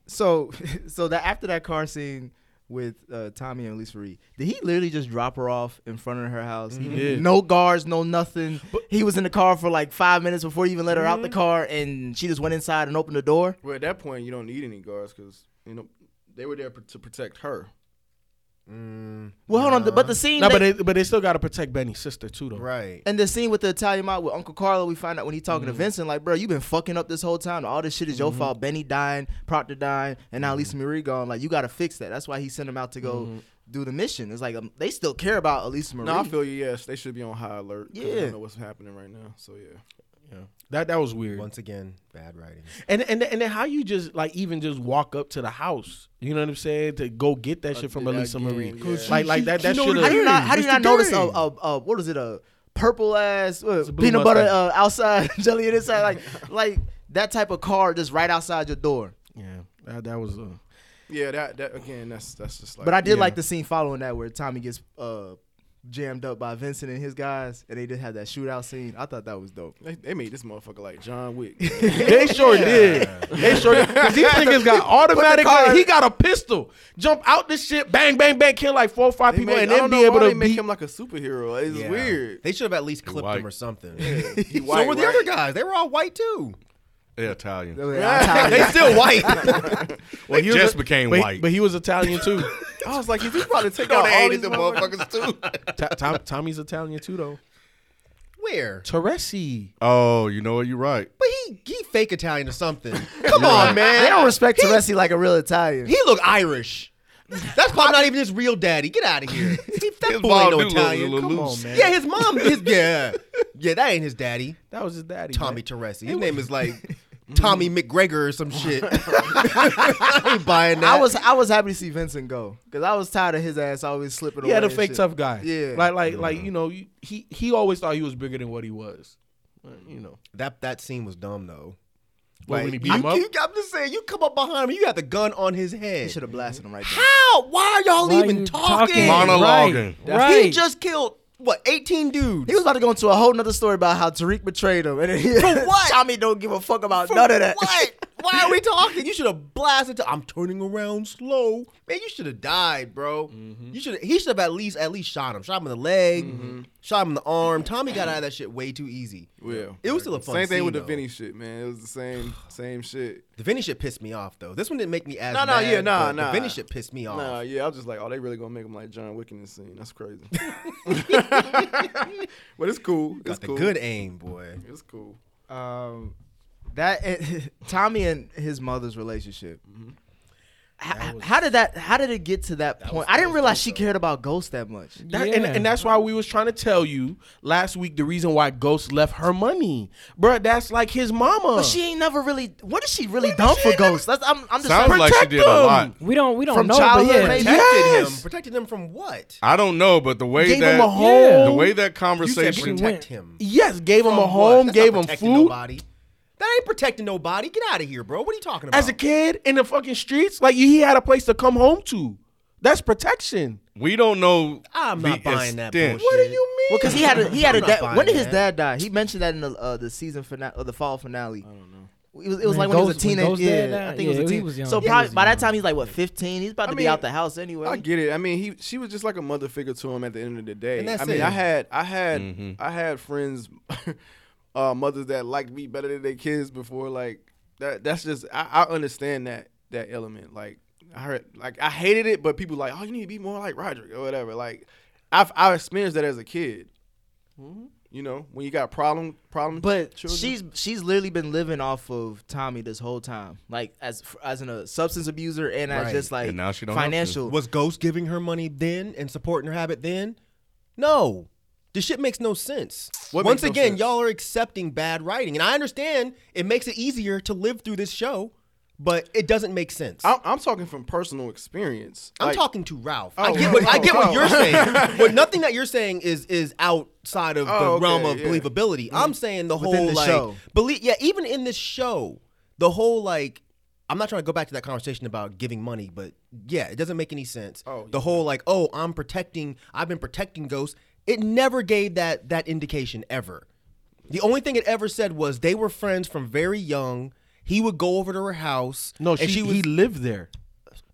So, [LAUGHS] so that after that car scene with uh, Tommy and Lisa Reed, did he literally just drop her off in front of her house? He
Mhm.
did.
Yeah.
No guards, no nothing. he was in the car for like five minutes before he even let her out
Mm-hmm.
the car, and she just went inside and opened the door.
Well, at that point, you don't need any guards because you know they were there pr- to protect her.
Well, hold on, th- but the scene,
No,
they-
but they, but they still got to protect Benny's sister too, though.
Right.
and the scene with the Italian mob with Uncle Carlo, we find out when he talking
Mm-hmm.
to Vincent, like, bro, you been fucking up this whole time. All this shit is your fault. Benny dying, Proctor dying, and now
Mm-hmm.
Lisa Marie gone. Like, you got to fix that. That's why he sent him out to go. Do the mission. It's like um, they still care about Elisa Marie.
No, I feel you. Yes, they should be on high alert. 'cause They
Yeah.
don't know what's happening right now. So yeah.
Yeah. That that was weird.
Once again, bad writing.
And and and then how you just like even just walk up to the house, you know what I'm saying, to go get
Uh,
that shit from Elisa Marie, like like that that should
How do you not? How do you not notice a, a, a what is it a purple ass uh, peanut butter uh,
Mustang.
outside [LAUGHS] jelly inside like like that type of car just right outside your door.
Yeah, that, that was. Uh,
Yeah, that that again. That's that's just like.
But I did like the scene following that where Tommy gets uh jammed up by Vincent and his guys, and they did have that shootout scene. I thought that was dope.
They, they made this motherfucker like John Wick.
They sure did. They sure did. 'Cause
[LAUGHS]
these niggas got automatic.
car-
he got a pistol. Jump out this shit. Bang, bang, bang. Kill like four or five
They
people
make-
and
I
then
don't
be
know
able
why
to
they make
beat-
him like a superhero. It's
Yeah.
[LAUGHS]
weird.
They should have at least clipped
white.
him or something. [LAUGHS]
He
so
white,
were the
right? [LAUGHS]
other guys. They were all white too.
They're Italian.
they still
[LAUGHS]
white.
Well,
was
just
a-
became
but-
white.
But he was Italian too. [LAUGHS]
I was like, if you
[LAUGHS]
probably take
No,
out
they
all
hated
these
the
motherfuckers.
motherfuckers too.
Ta- Tom- Tommy's Italian too though.
Where?
Teresi.
Oh, you know what? You're right.
But he he fake Italian or something. Come on, man.
They don't respect Teresi like a real Italian.
He look Irish. That's probably not even his real daddy. Get out of here. He, that
His
boy
mom
ain't no
do look a
Italian.
little
Come on,
loose.
man. Yeah, his mom. His yeah, yeah. That ain't his daddy.
That was his daddy.
Tommy
man.
Teresi. His name is like Tommy McGregor or some shit. I ain't buying that.
I was I was happy to see Vincent go because I was tired of his ass always slipping
Yeah,
away.
the
and
fake
shit.
tough guy.
Yeah.
Like like like you know you- he he always thought he was bigger than what he was. Uh, You know.
that that scene was dumb though.
Like, when he beat
you,
him up.
you- I'm just saying, you come up behind him, you got the gun on his head.
He should have blasted him right there.
How? Why are y'all
Why
even
you
talking?
Monologuing.
Right.
He just killed what, 18 dudes.
He was about to go into a whole nother story about how Tariq betrayed him. And then he,
For
[LAUGHS]
what?
Tommy don't give a fuck about none of that.
What? Why
[LAUGHS]
are we talking? You should have blasted. To, I'm turning around slow. Man, you should have died, bro.
Mm-hmm.
You should. He should have at least at least shot him. Shot him in the leg. Shot him in the arm. Tommy got out of that shit way too easy.
Yeah.
It was still a fun
Same thing
scene,
with the
though.
Vinny shit, man. It was
[SIGHS]
the same same shit.
The Vinny shit pissed me off though. This one didn't make me as
No, no,
mad,
yeah, nah,
but
nah.
The Vinny shit pissed me off.
Nah, yeah, I was just like, oh, they really gonna make him like John Wick in this scene.
[LAUGHS]
That's crazy. [LAUGHS] but it's cool. It's
the
cool.
good aim, boy.
It's cool.
Um,
that and, [LAUGHS] Tommy and his mother's relationship. How, how did Mm-hmm. that? How did it get to that, point? I didn't realize she cared about Ghost that much.
That- and, and that's why we was trying to tell you last week the reason why Ghost left her money, Bruh, That's like his mama.
But she ain't never really. What is she really done for Ghost? That's, I'm, I'm just
Sounds like she did a lot.
We don't we don't
From
know.
childhood,
but yeah.
maybe.
Protected him. Protected him from what?
I don't know, but the way
Gave
that
him a home.
the way that
You said
conversation
protect him.
Yes, gave him
From
a
what?
home,
That's not
gave him
protecting
food.
Nobody. That ain't protecting nobody. Get out of here, bro. What are you talking about?
As a kid in the fucking streets, like he had a place to come home to. That's protection.
we don't know.
I'm
the
not buying that
extent.
bullshit. What do you mean?
Well, because he had a, he had a
I'm not
dad.
buying
When did his
that.
dad die? He mentioned that in the uh, the season finale or the fall finale. I don't know. It was, it was
When
like when he was a
Ghost- when
teenager.
Ghost
Yeah,
dad died?
I think it was
Yeah,
a
he
teen.
was young.
So
He
probably
was
by that
young.
time he's like what fifteen. He's about to be out the house anyway.
I get it. I mean, he she was just like a mother figure to him at the end of the day.
And that's
I mean,
it.
I had I had
Mm-hmm.
I had friends, [LAUGHS] uh, mothers that liked me better than their kids before. Like that. That's just I, I understand that that element. Like I heard, like I hated it, but people like, oh, you need to be more like Roderick or whatever. Like I've I experienced that as a kid.
Mm-hmm.
You know, when you got problem problem,
But
children.
she's she's literally been living off of Tommy this whole time, like as as in a substance abuser and as
Right.
just like
And now she don't have to.
financial.
Was Ghost giving her money then and supporting her habit then? No. This shit makes no sense.
What
Once
makes no
again,
sense?
y'all are accepting bad writing. And I understand it makes it easier to live through this show, but it doesn't make sense.
I'm, I'm talking from personal experience.
I'm
Like,
talking to Ralph.
Oh,
I get what,
Ralph.
I get
Oh.
what you're saying.
[LAUGHS]
but nothing that you're saying is is outside of the
Oh, okay,
realm of
yeah.
believability. I'm saying the
Within
whole
the
like
show.
believe yeah, even in this show, the whole like I'm not trying to go back to that conversation about giving money, but yeah, it doesn't make any sense.
Oh,
the whole like, oh, I'm protecting I've been protecting ghosts. It never gave that that indication ever. The only thing it ever said was they were friends from very young. He would go over to her house.
No,
and
she,
was,
he lived there.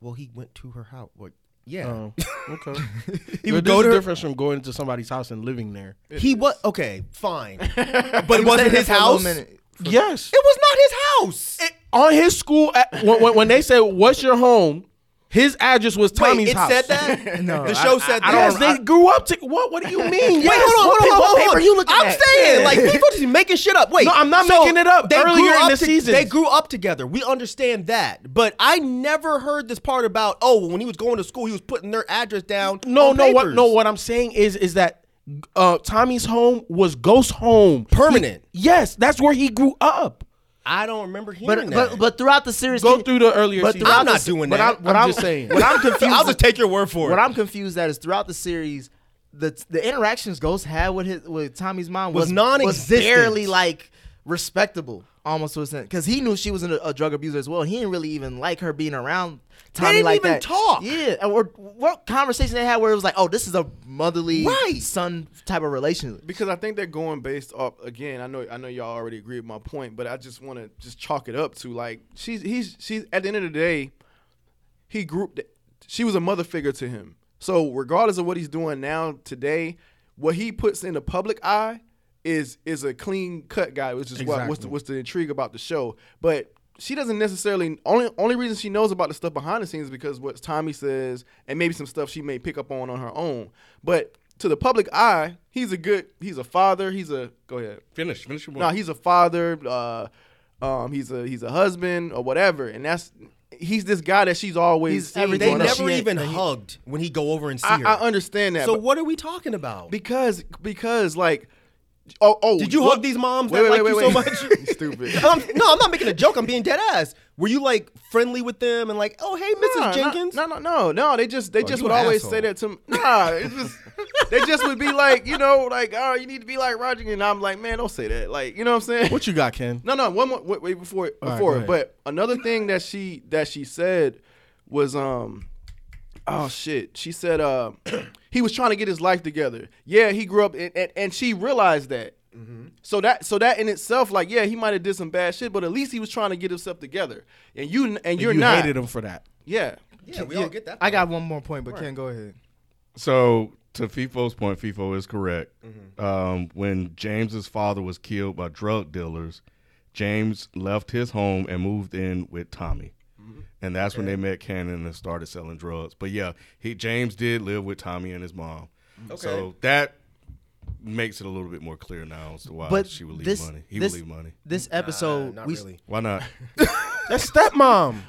well, he went to her house. Well, yeah.
okay.
[LAUGHS] He
he
would
would
go to her-
difference from going to somebody's house and living there.
He was okay, fine, but it
was
wasn't
there
his
for a little
house. It
minute.
Yes.
was not his house.
on his school at, when, when, when they said what's your home his address was tommy's
Wait, it
house
said that.
No,
the
I-
show said that.
yes they grew up to what what do you mean
Wait, hold on, hold on, hold on.
paper you looking
I'm
at?
saying,
Yeah.
like, [LAUGHS] people just making shit up. Wait,
No, I'm not making it up. Earlier
grew
in
up
the
to-
season.
they grew up together. We understand that, but I never heard this part about. Oh, when he was going to school, he was putting their address down.
no
on
no what
papers.
no what i'm saying is is that uh tommy's home was ghost home
Permanent.
He- yes that's where he grew up
I don't remember hearing
But
that.
but but throughout the series,
go
can-
through the earlier
But
season.
throughout
I'm not doing
but
that.
I'm, what
I'm
I'm,
just saying.
[LAUGHS]
What I'm confused.
I'll just take your word for
What
it.
I'm confused at is throughout the series, the the interactions Ghost had with his with Tommy's mom
Was
was,
non-existent.
Was barely like respectable, almost to a sense, because he knew she was a, a drug abuser as well. He didn't really even like her being around. Tommy
didn't
like
even
that.
talk.
Yeah, and or what conversation they had where it was like, oh, this is a motherly
Right.
son type of relationship.
because I think they're going based off again. I know I know y'all already agree with my point, but I just want to just chalk it up to like she's he's she's at the end of the day, he grouped. She was a mother figure to him. So regardless of what he's doing now today, what he puts in the public eye is is a clean cut guy, which is what what's the,
Exactly.
what's the intrigue about the show. But she doesn't necessarily only only reason she knows about the stuff behind the scenes is because what Tommy says and maybe some stuff she may pick up on on her own. But to the public eye, he's a good he's a father. He's a go ahead.
finish finish your
No,
Hmm.
he's a father. Uh, um, he's a he's a husband or whatever, and that's he's this guy that she's always
He's
seen
everything
they
growing up.
never
She-
even
he-
hugged when he go over and see
I,
her.
I understand that.
So
but-
what are we talking about?
because because like oh oh
Did you
what-
hug these moms that like you so much?
[LAUGHS] You stupid.
[LAUGHS] I'm, no, I'm not making a joke. I'm being dead ass. Were you like friendly with them and like, oh hey, Mrs.
Nah,
Jenkins?
No, no, no, no. They just they just
Oh, you
would
an
always
asshole.
say
[LAUGHS]
that to me. Nah, it's just they just would be like, you know, like oh, you need to be like Roger, and I'm like, man, don't say that. Like, you know what I'm saying?
what you got ken
No, no, one more wait, wait before
All right,
before.
go ahead.
but another thing that she that she said was um oh shit. She said uh, [CLEARS THROAT] he was trying to get his life together. Yeah, he grew up, and, and, and she realized that. So that so that in itself, like, yeah, he might have did some bad shit, but at least he was trying to get himself together. And you and, you're
you
not
hated him for that.
Yeah.
Yeah, we all get that.
I got one more point, but Ken, go ahead.
So to FIFO's point, FIFO is correct. Um, when James's father was killed by drug dealers, James left his home and moved in with Tommy. And that's when they met Cannon and started selling drugs. But yeah, he James did live with Tommy and his mom.
Okay.
So that makes it a little bit more clear now as to why
But
she would leave
this-
money. He
this-
would leave money.
this Nah, episode, not we- really.
Why not?
That's stepmom.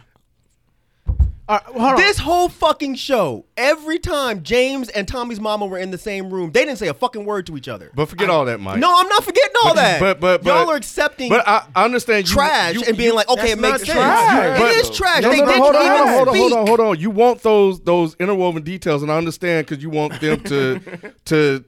Uh,
This whole fucking show, every time James and Tommy's mama were in the same room, they didn't say a fucking word to each other.
But forget all that, Mike.
No, I'm not forgetting all
But-
that.
But but, but
y'all are accepting.
But I, I understand you,
trash
you-
and being
you-
like, okay,
that's
it makes
not
sense.
trash.
It
But-
is trash.
No,
they
no, no,
didn't
hold on,
even
hold on, hold on, hold
speak.
on, hold on. You want those those interwoven details, and I understand because you want them
[LAUGHS]
to to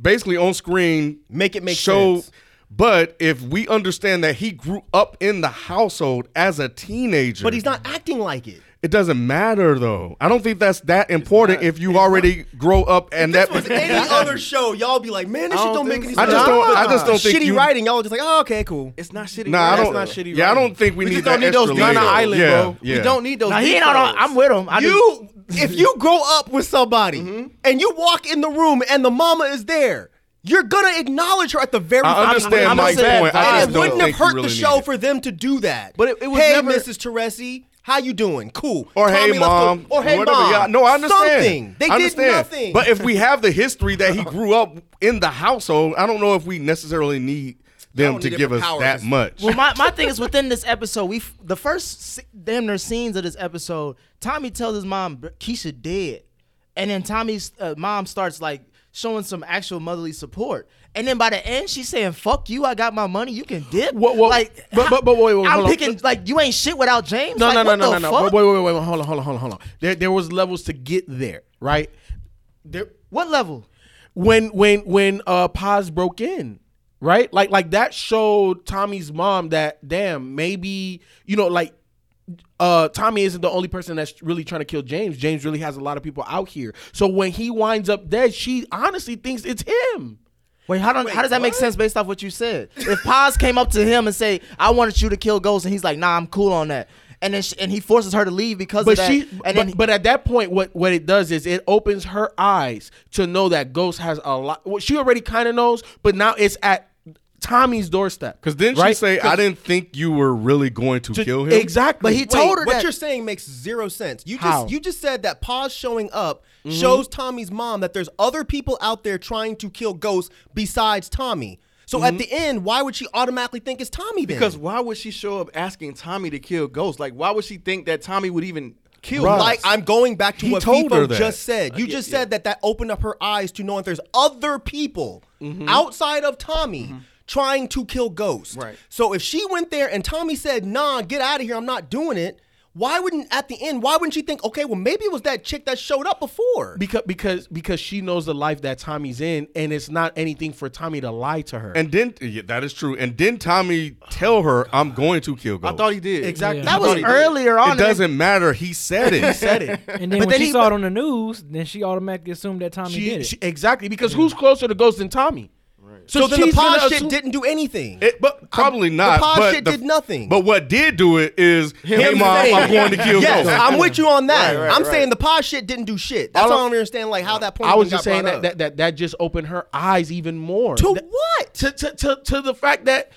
basically on screen
make it make
show.
sense.
But if we understand that he grew up in the household as a teenager,
But he's not acting
[LAUGHS]
like it.
It doesn't matter though. I don't think that's that important if you already grow up and that [LAUGHS]
Any other show, y'all be like, man, this
I
shit
don't
don't make
think
any sense.
so. I just don't-
But
I just
the
don't think
shitty
you-
writing. Y'all just like, oh, okay, cool.
It's not shitty.
Nah, I
writing.
don't. yeah, I don't think we,
We
need.
just don't
that
need those
extra
Ghana
layer.
Island,
yeah,
bro. We
yeah.
don't need those.
Nah, he ain't on.
details.
I'm with him. I just-
you, if you grow up with somebody
Mm-hmm.
and you walk in the room and the mama is there, you're gonna acknowledge her at the very.
I
first
understand
time.
Mike's
And
point. I just
it
don't
wouldn't
think
have
you
hurt
really
the
need
show
it.
for them to do that.
But it- it was
hey,
never-
Mrs. Teresi, how you doing? Cool.
Or
Tommy,
hey
let's go-
mom,
Or hey
whatever.
mom.
Yeah, no, I understand.
Something. They
I
did
understand.
nothing.
But if we have the history that
[LAUGHS]
he grew up in the household, I don't know if we necessarily need them
don't
to
need it
give
for
us
power,
that
just-
much.
Well, my, my thing is within this episode, we f- the first se- damn near scenes of this episode, Tommy tells his mom "Br- Keisha dead, and then Tommy's uh, mom starts like showing some actual motherly support, and then by the end she's saying "fuck you, I got my money, you can dip."
What- what-
like,
but-
how-
but- but wait, wait,
I'm
hold on.
picking like you ain't shit without James.
No,
Like,
no, no,
what
no, no,
the
no.
fuck?
Wait, wait, wait, wait. Hold on, hold on, hold on, hold on. There, there was levels to get there, right? There,
What level?
when, when, when, uh, Paz broke in, right? Like, like that showed Tommy's mom that damn maybe you know, like, uh, Tommy isn't the only person that's really trying to kill James. James really has a lot of people out here. So when he winds up dead, she honestly thinks it's him.
Wait, how, do how does that make sense based off what you said? If Paz came up to him and say, "I wanted you to kill Ghost," and he's like, "Nah, I'm cool on that," and then she, and he forces her to leave because
but
of that,
she
and
but,
then
but at that point what what it does is it opens her eyes to know that ghost has a lot well, she already kind of knows but now it's at tommy's doorstep
Because didn't she
right?
say, I
'Cause- [LAUGHS]
didn't think you were really going to, kill him?
exactly
Wait, what you're saying makes zero sense. You just
How? Mm-hmm.
you just said that Paz showing up shows Tommy's mom that there's other people out there trying to kill ghosts besides Tommy. So at the end, why would she automatically think it's Tommy then?
Mm-hmm. because why would she show up asking tommy to kill ghost like why would she think that tommy would even kill Ghost?
like I'm going back to
He
what
told her
Fifo
that.
just said. You
Uh, yeah,
just
yeah.
said that that opened up her eyes to knowing there's other people
Mm-hmm.
outside of Tommy trying to kill Ghost.
Right.
So if she went there and Tommy said, "Nah, get out of here. I'm not doing it." Why wouldn't at the end? Why wouldn't she think? Okay, well maybe it was that chick that showed up before.
because because because she knows the life that tommy's in and it's not anything for tommy to lie to her
and then yeah, that is true. And didn't Tommy tell her, I'm going to kill Ghost?
i thought he did
Exactly.
I
that
thought
was
he did.
earlier on.
it
and then-
doesn't matter. He said it. he said it.
And then
But
when
then
she
he-
saw it on the news, then she automatically assumed that Tommy
She-
did it.
she- exactly because who's closer to ghost than tommy right
so then the
she's gonna
pod shit
assume-
didn't do anything.
It- but probably not.
pod
but
shit did nothing.
But what did do it is, hey mom,
saying-
I'm going to kill
yes,
Ghost.
I'm with you on that.
Right, right,
I'm
right.
saying the pod shit didn't do shit. That's
All
all,
I-
I don't understand. Like how that point.
I was
even
just
got
saying
brought
that,
up.
that that that just opened her eyes even more.
to
That-
what?
To to to, to the fact that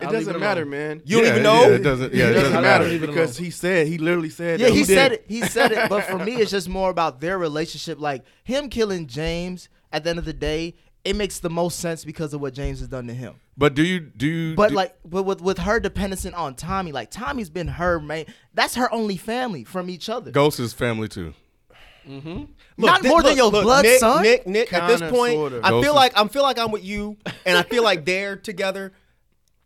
it doesn't matter, man.
You don't
Yeah,
even
yeah,
know.
it doesn't. Yeah, it doesn't
matter
matter.
because he said he literally said.
yeah,
that
he
did.
said it. He said it. But for me, it's just more about their relationship. Like him killing James at the end of the day, it makes the most sense because of what James has done to him.
But do you do you?
But
do-
like, but with with her dependency on Tommy, like Tommy's been her main. That's her only family from each other.
Ghost is family too.
Not
thi-
more than your blood,
Nick,
son.
Nick, Nick. at this
Kinda,
point,
sorta.
I
Those
feel
are-
like I'm feel like I'm with you, and I feel like they're together.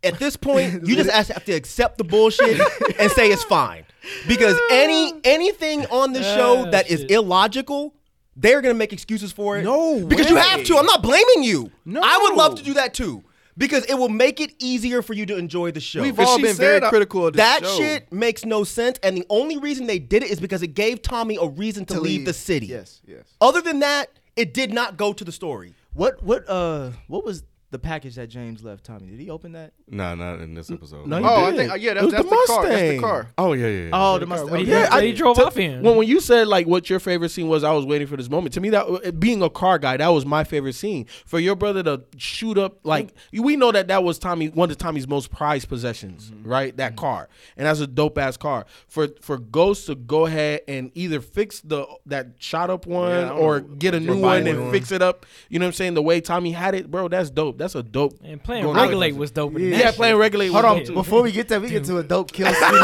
At this point, you just have to accept the bullshit and say it's fine, because any anything on this show that is illogical, they're gonna make excuses for it.
No
because you have
way.
to. I'm not blaming you.
No.
I would love to do that too. because it will make it easier for you to enjoy the show.
We've But all she been very said- critical of the
that
show.
shit makes no sense, and the only reason they did it is because it gave Tommy a reason to,
To
leave.
leave.
the city.
Yes, yes.
Uh,
Other than that, it did not go to the story.
What what uh what was the package that James left Tommy? Did he open that?
No, not in this episode.
no, he Oh, I did. think- uh, yeah, that's- It was that's the the car. That's the Mustang. car.
Oh yeah, yeah. yeah.
Oh, the
the car.
Mustang.
What do you
okay.
think? I-
drove
to-
off in.
When when you said like what your favorite scene was, I was waiting for this moment. To me, that uh, being a car guy, that was my favorite scene. For your brother to shoot up, like we know that that was Tommy one of Tommy's most prized possessions, right? That car, and that's a dope ass car. For for Ghost to go ahead and either fix the that shot up one
Yeah, I don't
or
know.
get a
Or
new
buy
one
one.
and fix it up. You know what I'm saying? The way Tommy had it, bro, that's dope. That's a dope.
And playing
going out
Regulate
with
was
that.
dope in
Yeah,
that
playing
shit.
regulate.
Hold
was
on,
dope, too.
Before we get that, we get to a dope kill scene.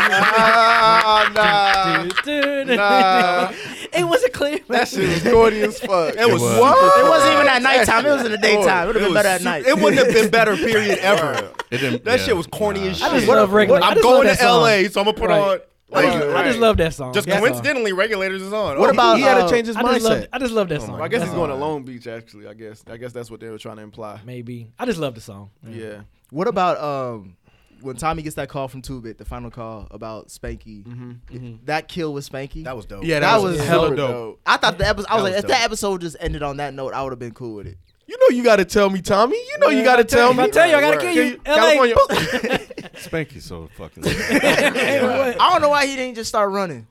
[LAUGHS]
Nah.
it was a clear.
That shit was corny as fuck.
It was
What?
super-
It wasn't even at nighttime. It was in the daytime. It would have been better at night.
It wouldn't have been better, period, ever.
It didn't,
That
yeah.
shit was corny as shit.
I just love regular. I
I'm
just love
going
that
to
song.
LA, so I'm gonna put
Right.
on.
I
Like,
just, I just love that song.
Just
That's all.
coincidentally, regulators is on.
What
Oh,
about he had
uh,
to change his
I just love.
mindset?
I just love that song. Uh,
I guess
That's
he's going to
all.
Long Beach. Actually, I guess. I guess that's what they were trying to imply.
Maybe I just love the song.
Yeah.
What about um when Tommy gets that call from Two Bit, the final call about Spanky? That kill with Spanky.
Mm-hmm, That was dope.
Yeah, that,
That
was,
was
hella
super
dope.
I thought the episode. I
That
was like,
was
if that
dope.
episode just ended on that note, I would have been cool with it.
You know you got to tell me, Tommy. You know you
Yeah,
got to
if I tell
tell
you-
me.
if I tell you, I gotta kill you.
California. [LAUGHS]
Spanky so fucking.
[LAUGHS]
I don't know why he didn't just start running.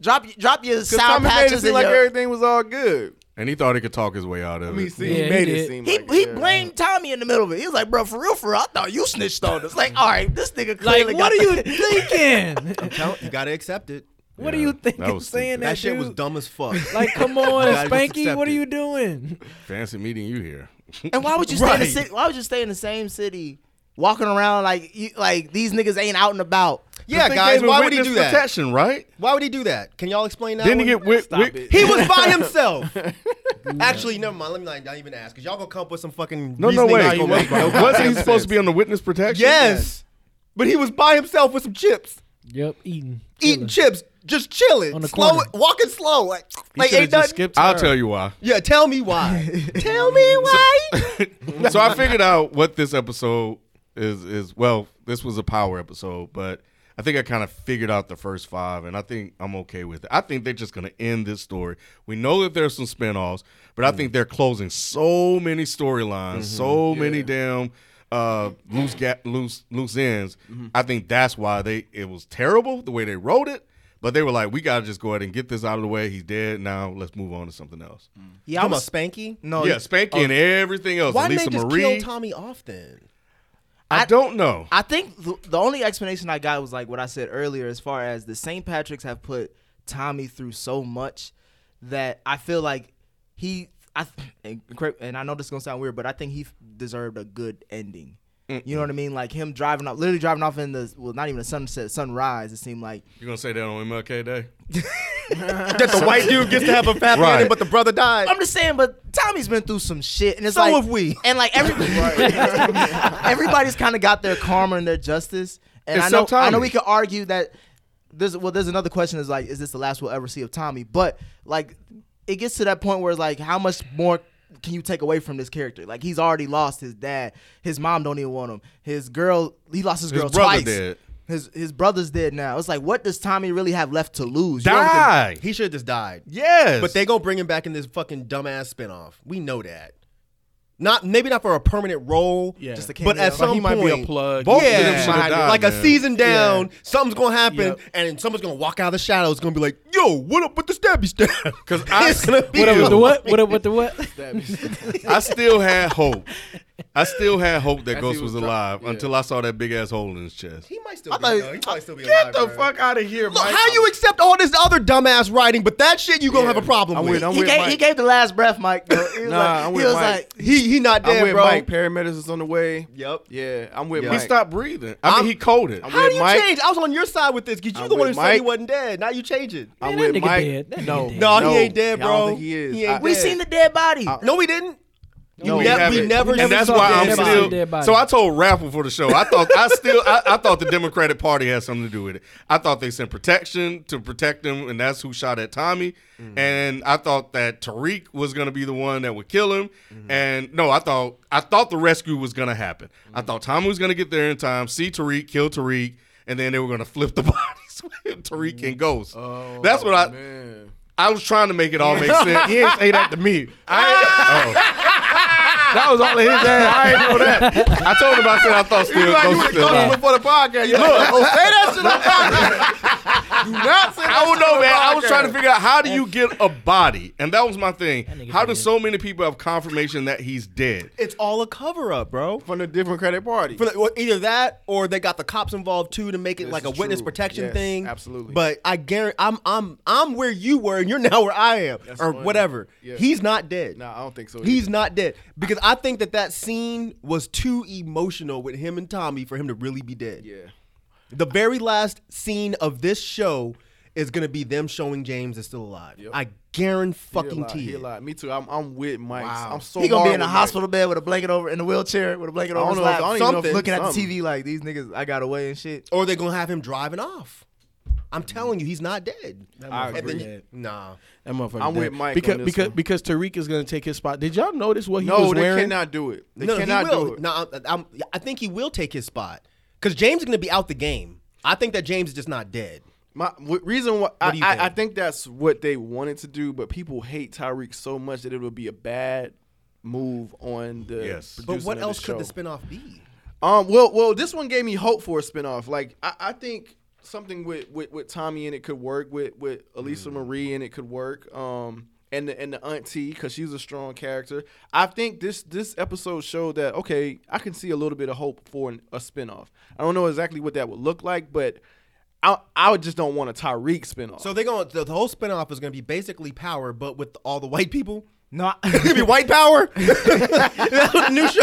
Drop, drop your
Because
sour
Tommy made it
patches
seem
and
like
your-
everything was all good.
and he thought he could talk his way out of
I
it.
mean, see,
Yeah,
he
he
made it
did.
seem
He,
like
he
it, yeah.
blamed Tommy in the middle of it. He was like, "Bro, for real, for real, I thought you snitched on us." Like, all right, this nigga
Like,
clearly
what
got
are
[LAUGHS]
you thinking? [LAUGHS]
you gotta accept it.
What
Yeah,
are you
that
thinking?
was
saying
stupid.
that,
That shit was
dude?
dumb as fuck.
Like, come on,
gotta just
Spanky,
accept
what are
it.
you doing?
Fancy meeting you here.
And why would you stay in the
Right.
city? Why would you stay in the same city, walking around like you, like these niggas ain't out and about?
yeah,
They
guys,
gave him
why would he
witness
do that?
Protection, right?
Why would he do that? Can y'all explain that?
Didn't he
one?
get whipped?
Stop it.
He was by himself. [LAUGHS] Actually, never mind. Let me not, not even ask, cause y'all gonna come up with some fucking
No, no
reasoning
way.
that's gonna make no
Wasn't he
goddamn
supposed to
sense.
be on the witness protection?
Yes, but he was by himself with some chips,
Yep, eating,
eating chips, just chilling,
On the
slow,
corner.
walking slow, like like
Should've
ain't
just
nothing.
skipped
I'll
her.
tell you why.
Yeah, tell me why. tell me why.
[LAUGHS] so I figured out what this episode is is well, this was a power episode, but I think I kind of figured out the first five and I think I'm okay with it. I think they're just gonna end this story. We know that there's some spinoffs, but I think they're closing so many storylines,
Mm-hmm.
so many damn uh loose gap loose loose ends.
Mm-hmm.
I think that's why they it was terrible the way they wrote it. But they were like, we gotta just go ahead and get this out of the way. He's dead now. Let's move on to something else.
Yeah, I
Come on,
was,
Spanky.
no,
yeah, [LAUGHS] Spanky and everything else.
uh, Why didn't
Lisa
they just
Marie.
kill Tommy off then?
I,
I-
don't know.
I think the, the only explanation I got was like what I said earlier, as far as the St. Patrick's have put Tommy through so much that I feel like he, I, and, cor- and I know this is gonna sound weird, but I think he f- deserved a good ending. You know what I mean? Like him driving off, literally driving off in the well, not even the sunset, sunrise. It seemed like
You're gonna say that on MLK Day?
That the white dude gets to have a family,
Right.
but the brother died.
I'm just saying, but Tommy's been through some shit, and it's
So
like,
have we.
and
[LAUGHS]
like everybody, [LAUGHS] everybody's kind of got their karma and their justice. And I know,
Except
I know,
Tommy.
we could argue that there's well, there's another question is like, is this the last we'll ever see of Tommy? But like, it gets to that point where it's like, how much more can you take away from this character? Like, he's already lost his dad, his mom don't even want him, his girl, he lost his
His
girl
brother
twice.
dead.
His his brother's dead now. It's like, what does Tommy really have left to lose? You don't get-
Die.
He should have just died.
yes.
But they gonna bring him back in this fucking dumbass spinoff. We know that. Not maybe not for a permanent role.
Yeah. Just a
but
cameo.
at
But
some
he might be
point,
a plug.
Both
Yeah.
of them
Yeah.
should have
Might
died.
have
Like a
been.
season down, something's gonna happen,
Yep.
and then someone's gonna walk out of the shadows. It's gonna be like, "Yo, what up with the stabby stab?" [LAUGHS] Because
I-
it's gonna be
What up with
you.
the what? What up with the what?
I still had hope. I still had hope that
As
Ghost
he
was
was dro-
alive
yeah.
until I saw that big ass hole in his chest.
He might still. Be,
thought-
no, he probably still be alive,
Get the
bro.
fuck out of here,
Look,
Mike.
how you accept all this other dumbass writing, but that shit you gonna have a problem
I'm
with?
with- I'm
he,
with
gave,
Mike.
he gave the last breath, Mike. Though. He was
Nah,
like,
I'm
he
with
was
Mike.
like,
he he not
I'm
dead,
with
bro.
Mike. Paramedics is on the way.
Yep.
Yeah, I'm with
Yeah.
Mike.
He stopped breathing. I mean,
I'm-
he coded.
I'm
How
with
do you
Mike.
change? I was on your side with this because you
I'm
the one who
with
said he
Mike.
wasn't dead. Now you change it.
I'm
Man, that
with
nigga
Mike.
dead. That nigga
No,
dead.
No, he ain't dead,
I don't
bro.
think he is.
He ain't
I-
we
dead.
seen the dead body.
No, we didn't.
No, we,
never- we
haven't.
never
and that's
saw
why
dead
I'm
body.
still.
Dead body.
So I told Rap before the show. I thought I still I, I thought the Democratic Party had something to do with it. I thought they sent protection to protect him, and that's who shot at Tommy.
Mm-hmm.
And I thought that Tariq was going to be the one that would kill him.
Mm-hmm.
And no, I thought I thought the rescue was going to happen. I
Mm-hmm.
thought Tommy was going to get there in time, see Tariq, kill Tariq, and then they were going to [LAUGHS] flip the bodies with Tariq
Mm-hmm.
and Ghost.
Oh,
that's what I. I was trying to make it all make sense.
He ain't say that to [LAUGHS] me.
I, Oh.
That was all in his ass. I ain't know that.
I told him I said I thought
You
still
like, you
Ghost
would've
still
gone
alive.
before the podcast. You
Look,
like, oh, say
that
shit on podcast. Do not say that
I don't
shit on
know,
the
man. I was
podcast.
trying to figure out how do you get a body, and that was my thing. How do so many people have confirmation that he's dead?
It's all a cover up, bro.
[LAUGHS] From the Democratic Party.
For the, well, either that or they got the cops involved too to make it like a witness protection
Yes,
thing.
absolutely.
But I guarantee I'm I'm I'm where you were and you're now where I am
That's
or
funny.
whatever.
Yeah.
He's not dead.
Nah, I don't think so.
He's
either.
not dead because I think that that scene was too emotional with him and Tommy for him to really be dead.
Yeah.
The very last scene of this show is gonna be them showing James is still alive. I guarantee
he
fucking
alive,
tea.
He
it.
alive. Me too. I'm, I'm with Mike. I'm so
he gonna
hard
be in a
with Mike.
hospital bed with a blanket over in a wheelchair with a blanket
I
over his
don't know if-
lap,
I don't even know if
something,
they-
looking at the
something.
TV like these niggas, I got away and shit.
Or they're gonna have him driving off. I'm telling you, he's not dead.
I
And
agree.
then- Nah.
That motherfucker.
I'm
dead.
with Mike
because
on this
because
one.
because Tariq is gonna take his spot. Did y'all notice what he
No,
was
they
wearing?
cannot do it. They
no,
cannot
he will.
do it.
No, I'm, I'm, I think he will take his spot because James is going to be out the game. I think that James is just not dead.
My w- reason why
do
I,
you
I,
think?
I think that's what they wanted to do, but people hate Tyreek so much that it would be a bad move on the.
Yes.
But what
producing of
else could
show.
the spinoff be?
Um. Well, well, this one gave me hope for a spinoff. Like I, I think something with, with with Tommy in it could work. With with
Mm.
Elisa Marie in it could work. Um. And the and the auntie because she's a strong character. I think this this episode showed that okay, I can see a little bit of hope for an, a spinoff. I don't know exactly what that would look like, but. I, I would just don't want a Tyreek spinoff.
So they're going. The, the whole spinoff is going to be basically power, but with all the white people.
No,
It's
[LAUGHS]
[LAUGHS]
gonna be white [LAUGHS] power. new show.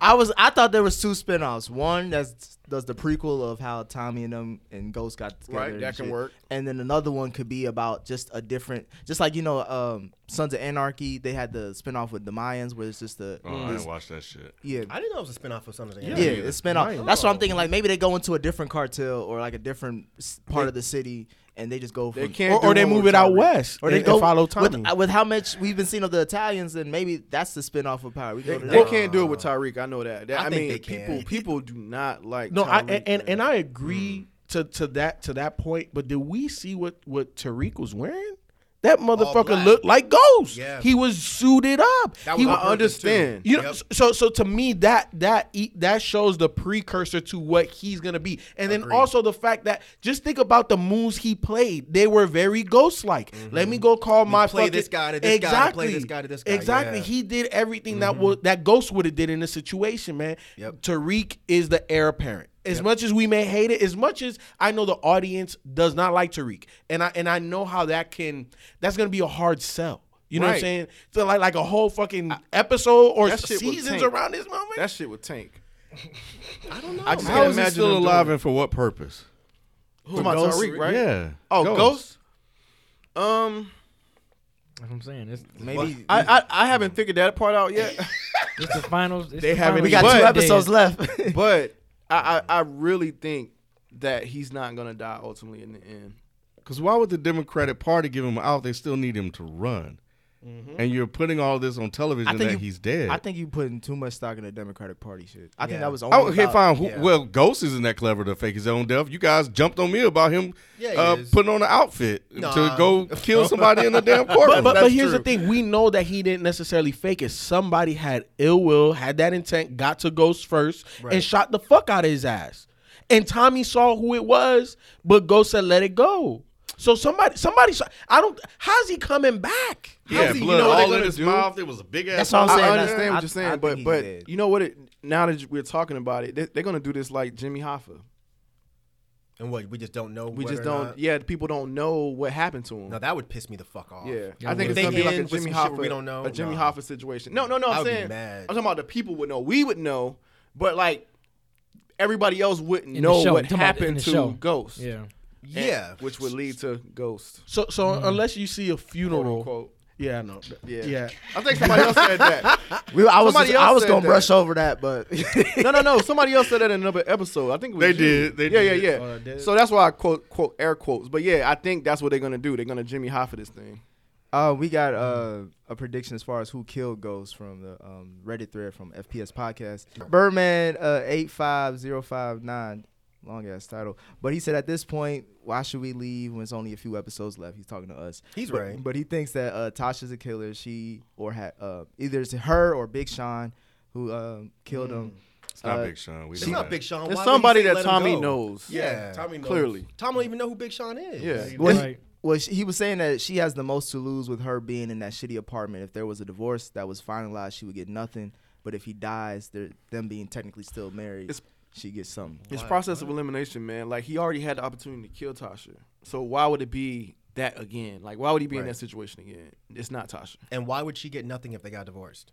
I was I thought there was two spinoffs. One that's does the prequel of how Tommy and them and Ghost got together.
Right,
and
that can
shit.
work.
And then another one could be about just a different, just like you know, um, Sons of Anarchy. They had the spinoff with the Mayans, where it's just the
Mm.
Oh, I
this-
didn't watch that shit.
yeah.
I didn't know it was a spinoff of something.
yeah, it's spin off. That's what I'm thinking. Like maybe they go into a different cartel or like a different s- part of the city, and they just go. From,
They can't
Or- do or they one move with it out Tyreek. west
or they
and-
go
and follow
with-
Tommy.
uh, With, how much we've been seeing of the Italians, then maybe that's the spin off of power. We
They,
go to
they
that.
can't do it with Tyreek. I know that. That-
I
I,
think
mean,
they can.
people people do not like.
No, I,
Tyreek,
and, and
man.
and I agree to to that to that point. But did we see what what Tariq was wearing? That motherfucker
black.
looked like Ghost.
Yeah.
He was suited up.
That
he,
was on
I
purpose,
understand.
too.
You know,
Yep.
so so to me that that e- that shows the precursor to what he's gonna be, and then also the fact that just think about the moves he played. They were very ghost like. Let me go call my
play
fucking-
this guy to this guy,
exactly,
to play this guy to this guy.
Exactly.
Yeah. Mm-hmm.
He did everything that was that ghost would have did in this situation, man.
Yep.
Tariq is the heir apparent. As much as we may hate it, as much as I know the audience does not like Tariq, and I and I know how that can that's gonna be a hard sell. You know what I'm
Right.
saying? So like like a whole fucking episode or
That shit would
seasons
tank.
around this moment.
That shit would tank.
I don't know.
I just
How
can't
is he
imagine
still
him doing
alive
it.
and for what purpose?
Who am I,
Ghost?
Tyreek, right?
Yeah.
Oh,
Ghost.
Ghost. Um,
That's what I'm saying. It's,
Maybe
I, I I haven't figured that part out yet, [LAUGHS]
it's the finals. It's
They
the
haven't
finals.
we got
But-
two
[LAUGHS]
episodes left.
but I, I I really think that he's not gonna die ultimately in the end.
Because why would the Democratic Party give him out? They still need him to run.
Mm-hmm.
And you're putting all this on television that he's dead.
I think you putting too much stock in the Democratic Party shit. I think
Yeah.
that was only.
Oh, okay,
about-
fine. Who,
yeah.
Well, Ghost isn't that clever to fake his own death. You guys jumped on me about him
Yeah, he
uh,
is.
putting on an outfit to
Nah.
go kill somebody in the damn courtroom.
But, but, but here's the thing: we know that he didn't necessarily fake it. Somebody had ill will, had that intent, got to Ghost first, and shot the fuck out of his ass. And Tommy saw who it was, but Ghost said, "Let it go." So somebody, somebody, saw, I don't. How's he coming back?
Yeah,
How's he-
blood
you know what they
all in
gonna
his
do?
mouth. It was a big ass.
That's what I'm
I
saying.
understand
I-
what you're saying,
I think
but
he's
but
dead.
you know what? It, now that we're talking about it, they, they're gonna do this like Jimmy Hoffa.
And what? We just don't know.
We
whether
just
or
don't.
not-
Yeah, people don't know what happened to him.
No, that would piss me the fuck off.
Yeah,
Yeah,
I
if
think it's
they
gonna be like a
end with some
Jimmy
shit
Hoffa,
where we don't know,
a Jimmy
nah.
Hoffa situation. No, no, no. I'm
I would be
saying,
mad.
I'm talking about the people would know. We would know, but like everybody else wouldn't
In the
know
show,
what
I'm talking about in
happened
the
to
show.
Ghost.
Yeah.
And-
Yeah.
which would lead to Ghost.
Mm-hmm.
So so unless you see a
Quote
funeral,
unquote.
Yeah, I know. Yeah.
Yeah. I think somebody else said that.
We, I was
Somebody
just- I
else
was
said
gonna
that.
brush over that, but
[LAUGHS] no, no, no. Somebody else said that in another episode. I think it was
They
you.
did. They
yeah,
did.
yeah, yeah.
Oh, they did.
So that's why I quote quote air quotes. But yeah, I think that's what they're gonna do. They're gonna Jimmy Hoffa this thing.
Uh, we got uh, a prediction as far as who killed goes from the um, Reddit thread from FPS Podcast. Birdman uh, 85059, long ass title. But he said at this point, why should we leave when it's only a few episodes left? He's talking to us.
He's
But-
right.
But he thinks that uh, Tasha's a killer. She or ha- uh, either it's her or Big Sean who um, killed him.
Hmm.
It's not Big Sean. We
It's
know
not
that.
Big Sean.
It's
Why would
somebody
he say
that
let him
Tommy
go?
knows.
Yeah,
Yeah, Tommy knows.
Tommy don't even know who Big Sean is.
Yeah.
Well,
Right.
[LAUGHS] well, she- he was saying that she has the most to lose with her being in that shitty apartment. If there was a divorce that was finalized, she would get nothing. But if he dies, they're, them being technically still married, she gets something.
It's process of elimination, man. Like he already had the opportunity to kill Tasha. So why would it be that again? Like why would he be in
Right.
that situation again? It's not Tasha.
And why would she get nothing if they got divorced?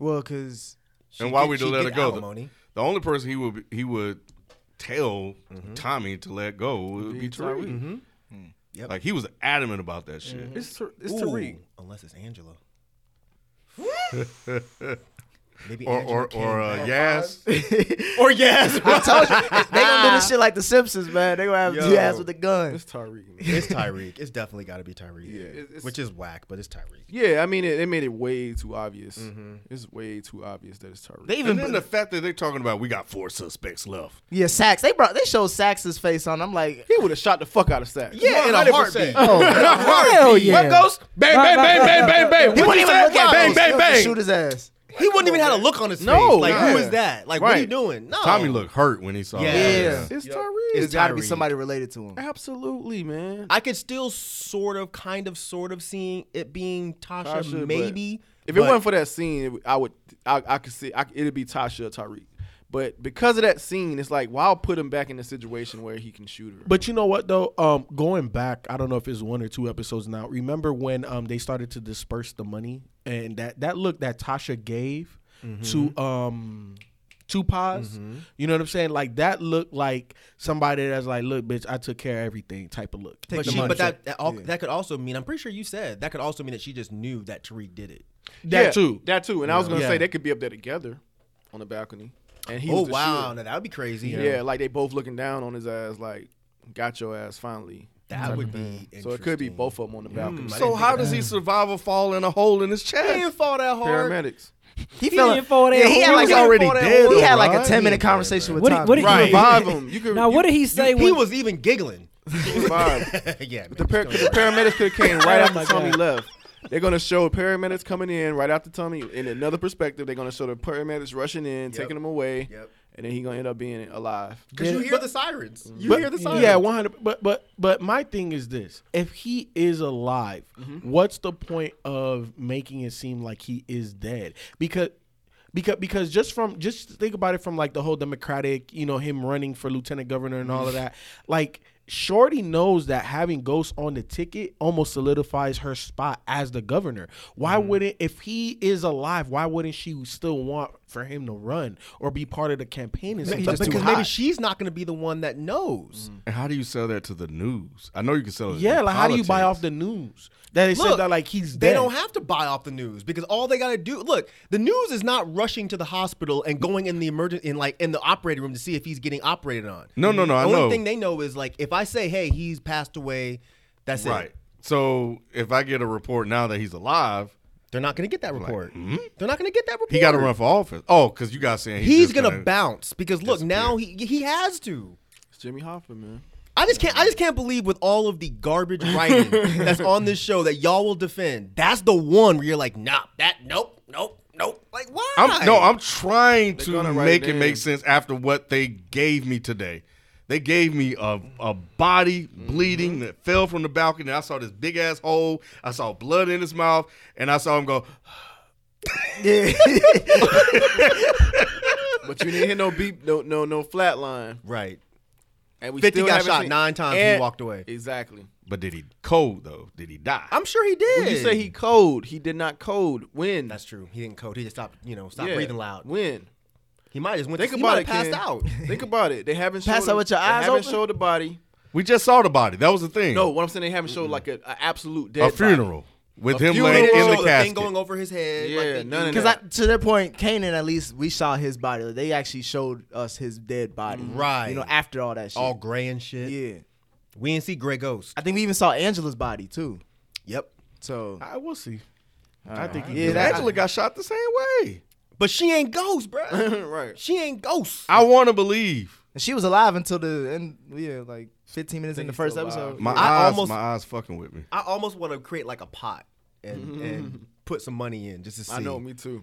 Well, [LAUGHS] because
and why would we let her go? The, the only person he would be- he would tell Tommy to let go would be Tariq.
Tariq.
Mm-hmm.
Mhm.
Yep.
Like he was adamant about that shit.
It's Tar- it's
Ooh,
Tariq.
Unless it's Angela.
Maybe [LAUGHS]
Maybe
or
Angela
or
King.
or uh, Yas.
or yes. [LAUGHS]
I told you they gonna do this shit like the Simpsons, man. They gonna have
Yo.
two ass with a gun.
It's Tariq. man.
it's Tyreek. It's definitely got to be Tyreek.
It- it's-
Which is whack, but it's Tyreek.
[LAUGHS] Yeah, I mean it, it made it way too obvious.
Mm-hmm.
It's way too obvious that it's Tariq.
They even
And then the fact that they're talking about we got four suspects left.
yeah, Sax. They brought they showed Sax's face on. I'm like,
he would have shot the fuck out of Sack.
Yeah, in a heartbeat.
oh, hell yeah.
What goes?
Bang bang bang bang bang bang.
He
Oh,
What
wouldn't even
you say?
look at
Bang
oh,
him.
bang
He'll just Shoot
bang.
his ass.
He wouldn't even had a look on his face.
No,
like
yeah.
who is that? Like what are you
Right.
doing? No,
Tommy looked hurt when he saw.
Yeah.
that.
Yeah.
It's
Yep.
Tariq.
It's gotta be
Tyreek.
somebody related to him.
Absolutely, man.
I could still sort of, kind of, sort of seeing it being Tasha,
Tasha, but
maybe.
If it
but-
wasn't for that scene, it would- I would I, I could see I, it'd be Tasha or Tariq. But because of that scene, it's like why put him back in a situation where he can shoot her.
But you know what though? Um, going back, I don't know if it's one or two episodes now. Remember when um they started to disperse the money and that that look that Tasha gave
Mm-hmm.
to um Tupaz, you know what I'm saying? Like that looked like somebody that's like, look, bitch, I took care of everything type of look.
but,
The
she,
money.
but that that, al- that could also mean I'm pretty sure you said that could also mean that she just knew that Tariq did it.
that
Yeah,
too.
that too. And I was gonna
Yeah.
say they could be up there together on the balcony, and he
oh
was the
wow,
shooter.
now that would be crazy.
Yeah. like they both looking down on his ass, like got your ass finally.
that would be.
So it could be
interesting.
both of them on the balcony.
I
So
didn't
how
think of
does
that.
he survive a fall in a hole in his
He didn't
chest?
fall that hard.
Paramedics.
He,
didn't fall
yeah,
there.
he
He
had like
was
a-
already
he
dead,
had like
bro.
a ten
He ain't
minute conversation with
What did,
Tommy.
what did
Right.
he
Revive him. You could.
Now,
you,
what did he say?
He
when,
was even giggling. [LAUGHS]
revive?
yeah, man,
The, par-
just
the paramedics could have came right
Oh
after
my
Tommy
God.
left. They're gonna show paramedics coming in right after Tommy in another perspective. They're gonna show the paramedics rushing in, taking him away,
Yep.
and then he gonna end up being alive.
because you hear the sirens. You
But-
hear the sirens.
Yeah, one hundred. But but but my thing is this: if he is alive,
Mm-hmm.
what's the point of making it seem like he is dead? Because. Because, because just from just think about it from like the whole democratic you know him running for lieutenant governor and all of that
Mm-hmm.
like shorty knows that having ghosts on the ticket almost solidifies her spot as the governor why
Mm-hmm.
wouldn't if he is alive why wouldn't she still want for him to run or be part of the campaign and
Maybe-
stuff That's too
because maybe
hot.
she's not going to be the one that knows.
And how do you sell that to the news? I know you can sell it.
Yeah,
in
like how do you buy
politics.
off the news that they said
Look,
that like he's
They
dead?
don't have to buy off the news because all they gotta do look, the news is not rushing to the hospital and going in the emergent in like in the operating room to see if he's getting operated on.
No, no, no,
The
I
only
know.
thing they know is like if I say, hey, he's passed away, that's
right.
it.
So if I get a report now that he's alive,
They're not gonna get that report. They're not gonna get that report.
he got to run for office. Oh, because you guys saying
He's,
just
gonna, bounce because look, now he he has to.
It's Jimmy Hoffa, man.
I just can't. I just can't believe with all of the garbage writing that's on this show that y'all will defend. That's the one where you're like, nah, that nope, nope, nope. Like why?
I'm, no, I'm trying to
gonna write
make
it
it make
in.
sense after what they gave me today. They gave me a, a body
Mm-hmm.
bleeding that fell from the balcony. I saw this big ass hole. I saw blood in his mouth, and I saw him go.
But you didn't hear no beep, no no no flat line.
right.
And we
50
still
got
haven't
shot
seen-
nine times, he walked away.
Exactly.
But did he code though? Did he die?
I'm sure he did.
When you say he code, he did not code. When?
That's true. He didn't code. He just stopped. You know, stopped
Yeah.
breathing loud.
When?
He might just went.
Think
to, he
about
might
it.
have
Ken.
passed out.
[LAUGHS] Think about it. They haven't
Pass
showed
out
the-
with your
they
eyes
haven't
open?
showed the body.
we just saw the body. That was the thing.
No, what I'm saying they haven't showed like a, a absolute dead
a
body.
funeral. With
A
him
funeral,
laying in
the
the
thing
casket.
going over his head. like they do.
Because to their point, Canaan at least we saw his body. They actually showed us his dead body.
Right.
You know, after all that shit.
All gray and shit.
Yeah.
We didn't see Grey Ghost.
I think we even saw Angela's body too.
Yep.
So uh,
I will see.
I think he
yeah,
did.
that-
Angela got shot the same way.
But she ain't ghost, [LAUGHS] bro.
[LAUGHS] right.
She ain't ghost.
I want to believe.
And she was alive until the end. Yeah, like 15 minutes in the first episode.
My
Yeah.
eyes,
almost-
my eyes fucking with me.
I almost want to create like a pot and and put some money in just to see.
I know, me too.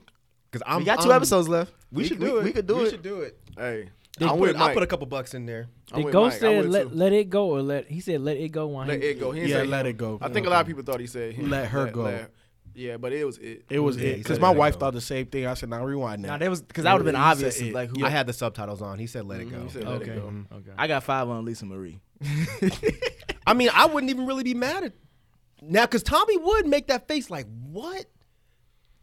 Because I'm
we got 2
I'm-
episodes left.
We, should
we,
do it.
We could do
We
it.
should do it.
Hey,
I'll,
I'm
put,
with
I'll
Mike.
put a couple bucks in there.
I'm
Did
with
Ghost
Mike. I
said
would,
let,
too.
let it go or let he said let it go on
Let it go. He didn't
Yeah,
say
let
him.
it go.
I think a lot of people thought he said him.
Let her go.
yeah, but it was it.
It was
Yeah,
it
he
because
said
my
it,
wife
though.
thought the same thing. I said, "Now rewind that."
Nah, that was because that would have been
He
obvious.
said it.
Like who?
I had the subtitles on. Mm-hmm. He said, "Let it go."
He said let
Okay.
it go.
Mm,
Okay.
I got five on Lisa
[LAUGHS]
Marie.
I mean, I wouldn't even really be mad at now because Tommy would make that face like what,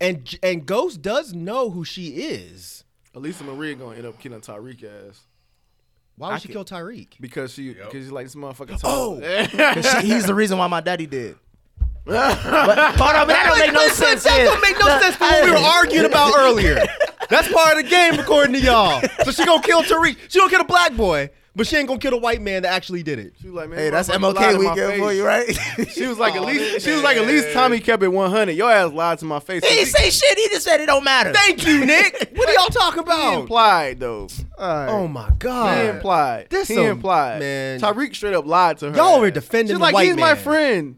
and J- and Ghost does know who she is.
Elisa Marie gonna end up killing Tyreek ass
Why would she kill Tyreek?
because she because she's like this motherfucker.
Oh!
tall.
'Cause she- he's the reason why my daddy did. but, hold on, but that don't make no
Listen, [LAUGHS]
sense.
That
yeah.
don't make no
Nah,
sense for what we were arguing about earlier. That's part of the game, according to y'all. So she gonna kill Tariq. She gonna kill a black boy, but she ain't gonna kill a white man that actually did it.
She was like, man,
Hey, that's
motherfucker lied
MLK
in my
weekend for
face.
you, right?
[LAUGHS] She was like, at least she was like, at least Tommy kept it one hundred. Your ass lied to my face.
he didn't say shit. He just said it don't matter.
Thank you, Nick. What are y'all talking
He
about?
implied though.
Oh my god.
He implied.
This
he
some-
implied.
man.
Tyreek straight up lied to her.
Y'all are
ass.
defending
She's
the
like,
white
he's my
man."
friend.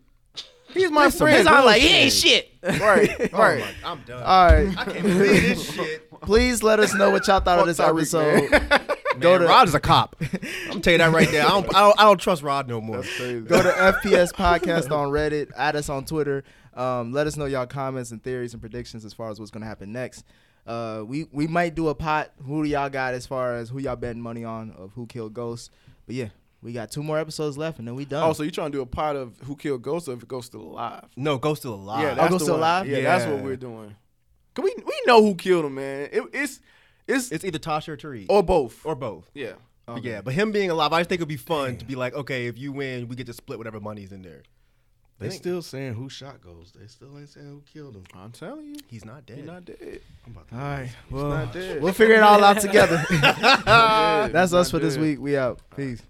He's my
This some
friend.
It's all like he ain't shit.
right, [LAUGHS]
Oh my-
right.
I'm done.
All right.
I can't believe this shit.
Please let us know what y'all thought of this
Fuck Tyreek,
episode.
Go to Rod is a cop. I'm telling you that right there. I don't, I don't, I don't trust Rod no more.
crazy.
Go to uh, FPS Podcast on Reddit. Add us on Twitter. Um, let us know y'all comments and theories and predictions as far as what's gonna happen next. Uh, we we might do a pot. Who do y'all got as far as who y'all betting money on of who killed Ghost? But yeah, we got two more episodes left and then we done.
Oh, so you trying to do a pot of who killed Ghost or if Ghost still alive?
No, Ghost still alive.
Yeah,
Ghost
the
still
one.
alive?
Yeah, that's what
Yeah.
we're doing. Cause we we know who killed him, man. It, it's it's
it's either Tasha or Tariq
or Oh, both.
or both.
yeah.
But Yeah, but him being alive, I just think it'd be fun to be like, okay, if you win, we get to split whatever money's in there.
They still saying who shot goes. They still ain't saying who killed him.
I'm telling you,
He's not dead.
he's not dead.
all right,
He's
well,
not dead.
we'll figure it all out together.
Not dead.
That's
He's
us for
not
this
dead.
week. We out. Peace.